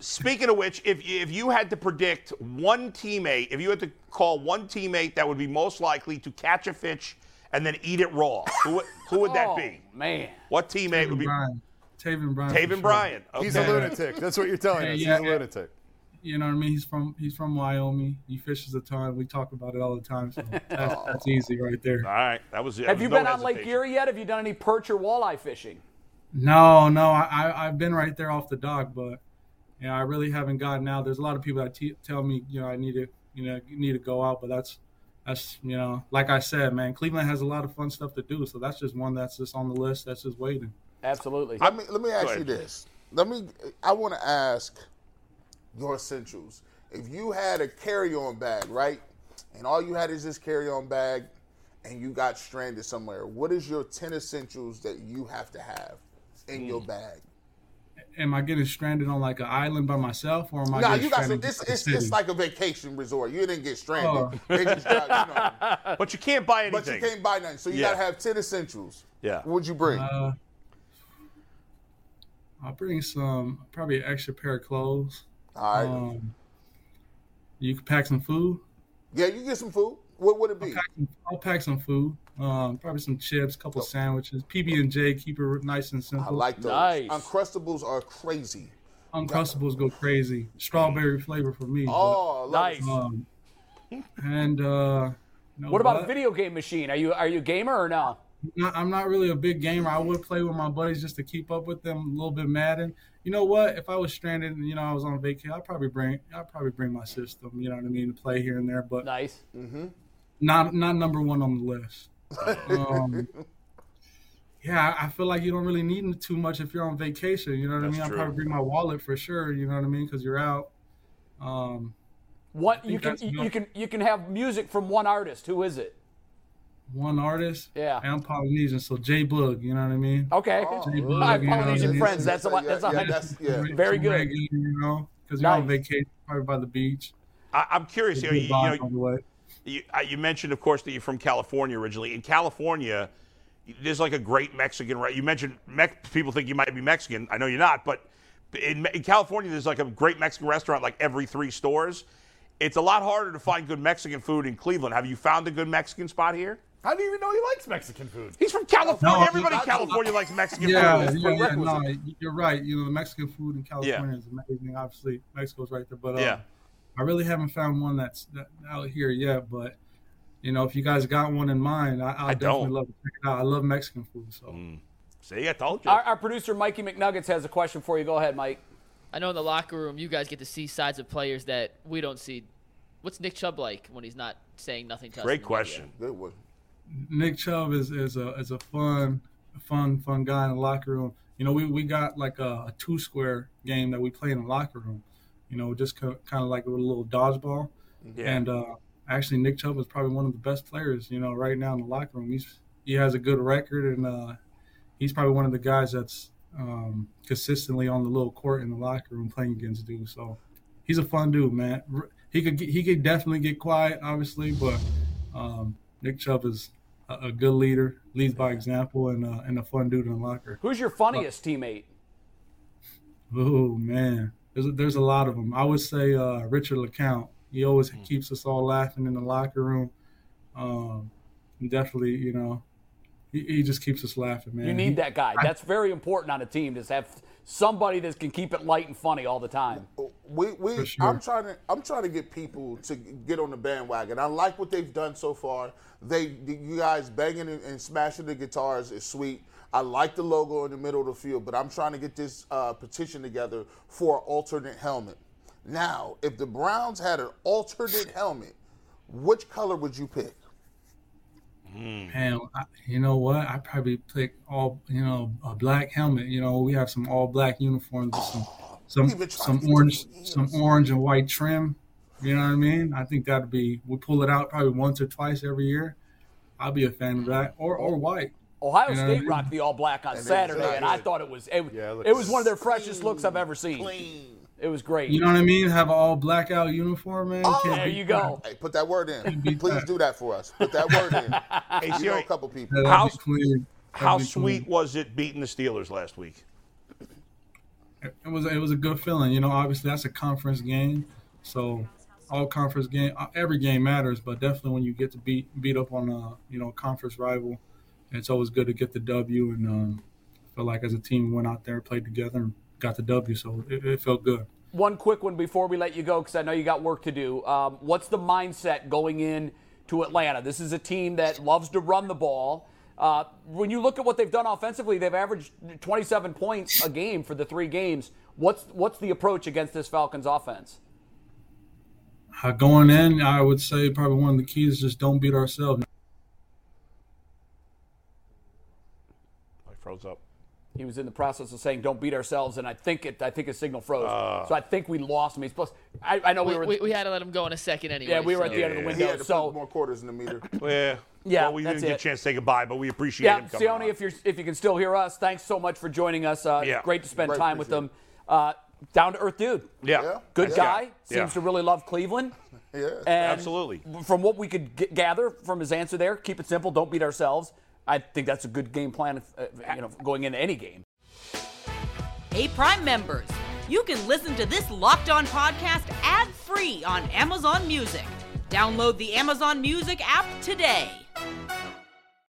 Speaker 7: Speaking of which, if if you had to predict one teammate, if you had to call one teammate that would be most likely to catch a fish and then eat it raw, who would, who would
Speaker 8: Oh.
Speaker 7: that be?
Speaker 4: Man,
Speaker 7: what teammate would be?
Speaker 11: Taven Bryan. for
Speaker 7: Taven
Speaker 11: sure.
Speaker 7: Bryan.
Speaker 8: He's a lunatic. That's what you're telling
Speaker 11: Yeah,
Speaker 8: us.
Speaker 11: yeah.
Speaker 8: He's a lunatic.
Speaker 11: You know what I mean? He's from he's from Wyoming. He fishes a ton. We talk about it all the time. So that's, that's easy right there.
Speaker 7: All right, that was it.
Speaker 4: Have you been on Lake Erie yet? Have you done any perch or walleye fishing?
Speaker 11: No, no, I, I I've been right there off the dock, but you know, I really haven't gotten out. There's a lot of people that te- tell me, you know, I need to, you know, you need to go out, but that's that's you know, like I said, man, Cleveland has a lot of fun stuff to do, so that's just one that's just on the list that's just waiting.
Speaker 4: Absolutely.
Speaker 5: I mean, let me ask
Speaker 11: Go
Speaker 5: you
Speaker 11: ahead.
Speaker 5: this. Let me. I want to ask your essentials. If you had a carry-on bag, right, and all you had is this carry-on bag, and you got stranded somewhere, what is your ten essentials that you have to have in your bag?
Speaker 11: Am I getting stranded on like an island by myself, or am I?
Speaker 5: nah,
Speaker 11: getting
Speaker 5: you got some.
Speaker 11: stranded
Speaker 5: It's,
Speaker 11: in the
Speaker 5: it's,
Speaker 11: city?
Speaker 5: it's like a vacation resort. You didn't get stranded.
Speaker 11: Oh.
Speaker 5: They just got, you know.
Speaker 7: But you can't buy
Speaker 5: But you
Speaker 7: anything.
Speaker 5: can't buy nothing. So you
Speaker 7: Yeah.
Speaker 5: gotta have ten essentials.
Speaker 7: Yeah.
Speaker 5: What would you bring?
Speaker 11: Uh, I'll bring some, probably an extra pair of clothes.
Speaker 5: All right.
Speaker 11: Um, you can pack some food.
Speaker 5: yeah, you get some food. What would it be?
Speaker 11: I'll pack some food. Um, probably some chips, couple sandwiches, PB and J. Keep it nice and simple.
Speaker 5: I like those. Uncrustables are crazy.
Speaker 11: Uncrustables go crazy. Strawberry flavor for me.
Speaker 5: Oh,
Speaker 11: but-
Speaker 4: I love it. Nice.
Speaker 11: Um, and uh, you know
Speaker 4: what about a
Speaker 11: what?
Speaker 4: video game machine? Are you are you a gamer or no?
Speaker 11: not, I'm not really a big gamer. I would play with my buddies just to keep up with them a little bit Madden. You know what? If I was stranded and you know I was on vacation, I'd probably bring I'd probably bring my system. You know what I mean to play here and there. But
Speaker 4: nice.
Speaker 5: Mm-hmm.
Speaker 11: Not not number one on the list. Um, yeah, I I feel like you don't really need too much if you're on vacation. You know what
Speaker 4: That's
Speaker 11: I mean?
Speaker 4: true.
Speaker 11: I'll probably bring my wallet for sure. You know what I mean? Because you're out. Um,
Speaker 4: What
Speaker 11: think
Speaker 4: you can
Speaker 11: that's
Speaker 4: you,
Speaker 11: enough.
Speaker 4: you can you can have music from one artist. Who is it?
Speaker 11: one artist.
Speaker 4: Yeah.
Speaker 11: And I'm Polynesian, so J Boog. You know what I mean?
Speaker 4: Okay.
Speaker 11: J Boog,
Speaker 4: All right,
Speaker 11: you know what I
Speaker 4: Polynesian
Speaker 11: mean?
Speaker 4: friends. That's a lot.
Speaker 5: Oh, Yeah,
Speaker 4: That's a
Speaker 5: yeah,
Speaker 4: hundred-
Speaker 5: that's- yeah.
Speaker 4: Very
Speaker 11: Some
Speaker 4: good.
Speaker 11: reggae, you know, because you're on vacation, probably by the beach.
Speaker 7: I, I'm curious. You,
Speaker 11: Good
Speaker 7: you
Speaker 11: vibe
Speaker 7: know,
Speaker 11: on the way.
Speaker 7: You, uh, you mentioned, of course, that you're from California originally. In California, there's like a great Mexican. Right? You mentioned Mex- people think you might be Mexican. I know you're not, but in, Me- in California, there's like a great Mexican restaurant like every three stores. It's a lot harder to find good Mexican food in Cleveland. Have you found a good Mexican spot here?
Speaker 8: I didn't even know he likes Mexican food.
Speaker 7: He's from California.
Speaker 11: No, I-
Speaker 7: Everybody in
Speaker 11: I-
Speaker 7: California likes Mexican
Speaker 11: Yeah,
Speaker 7: food.
Speaker 11: yeah,
Speaker 7: It's
Speaker 11: yeah,
Speaker 7: prerequisite.
Speaker 11: no, you're right. You know, the Mexican food in California is amazing. Obviously, Mexico's right there, but uh,
Speaker 7: Yeah.
Speaker 11: I really haven't found one that's that, out here yet. But you know, if you guys got one in mind, I, I'll
Speaker 7: I
Speaker 11: definitely
Speaker 7: don't. Mm.
Speaker 11: love to check it out. I love Mexican food, so.
Speaker 7: See, I told
Speaker 4: Our, our producer Mikey McNuggets has a question for you. Go ahead, Mike.
Speaker 6: I know in the locker room, you guys get to see sides of players that we don't see. What's Nick Chubb like when he's not saying nothing to us? in the media?
Speaker 5: Good one.
Speaker 11: Nick Chubb is, is a is a fun, fun, fun guy in the locker room. You know, we, we got like a, a two square game that we play in the locker room. You know, just kind of like a little dodgeball.
Speaker 7: Yeah.
Speaker 11: And uh, actually, Nick Chubb is probably one of the best players. You know, right now in the locker room, he's he has a good record, and uh, he's probably one of the guys that's um, consistently on the little court in the locker room playing against dudes. So he's a fun dude, man. R- He could get- he could definitely get quiet, obviously, but um, Nick Chubb is a, a good leader, leads by example, and uh, and a fun dude in the locker.
Speaker 4: Who's your funniest teammate?
Speaker 11: Oh man, there's a, there's a lot of them. I would say uh, Richard LeCount. He always
Speaker 4: Mm.
Speaker 11: keeps us all laughing in the locker room. Um, definitely, you know, he, he just keeps us laughing, man.
Speaker 4: You
Speaker 11: He-
Speaker 4: need that guy.
Speaker 11: I-
Speaker 4: That's very important on a team. Just have somebody that can keep it light and funny all the time.
Speaker 5: We, we
Speaker 4: For sure.
Speaker 5: I'm trying to I'm trying to get people to get on the bandwagon. I like what they've done so far. They you guys banging and, and smashing the guitars is sweet. I like the logo in the middle of the field, but I'm trying to get this uh, petition together for an alternate helmet. Now, if the Browns had an alternate helmet, which color would you pick?
Speaker 11: Man, I, you know what? I probably pick all you know a black helmet. You know, we have some all black uniforms, with some some
Speaker 5: We've been trying
Speaker 11: some
Speaker 5: to get
Speaker 11: orange some orange and white trim. You know what I mean? I think that'd be we pull it out probably once or twice every year. I'd be a fan of that or or white.
Speaker 4: Ohio
Speaker 11: You know what I
Speaker 4: State
Speaker 11: mean?
Speaker 4: rocked the all black on
Speaker 11: And they
Speaker 4: Saturday,
Speaker 11: looked
Speaker 4: and I
Speaker 11: good.
Speaker 4: thought it was it,
Speaker 11: it
Speaker 4: it,
Speaker 11: looked
Speaker 4: was one of their freshest looks I've ever seen. It was great.
Speaker 11: You know what I mean? Have an all blackout uniform, man.
Speaker 4: Oh,
Speaker 11: Can't
Speaker 4: there
Speaker 11: beat
Speaker 4: you go.
Speaker 5: Hey, put that word in. Please do that for us. Put that word in.
Speaker 7: Hey,
Speaker 5: you know a
Speaker 7: Siri,
Speaker 5: couple people.
Speaker 7: How, how
Speaker 11: be
Speaker 7: sweet was it beating the Steelers last week?
Speaker 11: it was it was a good feeling. You know, obviously that's a conference game, so all conference game, uh, every game matters. But definitely when you get to beat beat up on a you know conference rival, it's always good to get the W. And um, feel like as a team went out there, played together, and got the W. So it, it felt good.
Speaker 4: One quick one before we let you go, because I know you got work to do. Um, what's the mindset going in to Atlanta? This is a team that loves to run the ball. Uh, when you look at what they've done offensively, they've averaged 27 points a game for the three games. What's what's the approach against this Falcons offense?
Speaker 11: Uh, going in, I would say probably one of the keys is just don't beat ourselves.
Speaker 7: I froze up.
Speaker 4: He was in the process of saying, "Don't beat ourselves," and I think it. I think his signal froze.
Speaker 7: Ah.
Speaker 4: so I think we lost him. He's plus. I, I know we,
Speaker 6: we,
Speaker 4: were.
Speaker 6: we, we had to let him go in a second anyway.
Speaker 4: yeah, we were at
Speaker 6: so-
Speaker 4: the end of the
Speaker 7: Yeah.
Speaker 4: window.
Speaker 7: He had to
Speaker 4: so
Speaker 5: more quarters in the meter.
Speaker 7: Yeah.
Speaker 4: Yeah,
Speaker 7: Well, we
Speaker 4: that's
Speaker 7: didn't get
Speaker 4: it.
Speaker 7: a chance to say goodbye, but we appreciate
Speaker 4: Yeah,
Speaker 7: him coming.
Speaker 4: Sione, if you if you can still hear us, thanks so much for joining us. Uh,
Speaker 7: Yeah.
Speaker 4: great to spend
Speaker 7: Great,
Speaker 4: time with them. Uh, down to earth dude.
Speaker 7: Yeah. Yeah.
Speaker 4: Good
Speaker 7: Yeah.
Speaker 4: guy.
Speaker 7: Yeah.
Speaker 4: Seems to really love Cleveland.
Speaker 5: Yeah.
Speaker 7: Absolutely.
Speaker 4: From what we could g- gather from his answer there, keep it simple. Don't beat ourselves. I think that's a good game plan. If, uh, you know, going into any game.
Speaker 10: Hey, Prime members, you can listen to this Locked On podcast ad free on Amazon Music. Download the Amazon Music app today.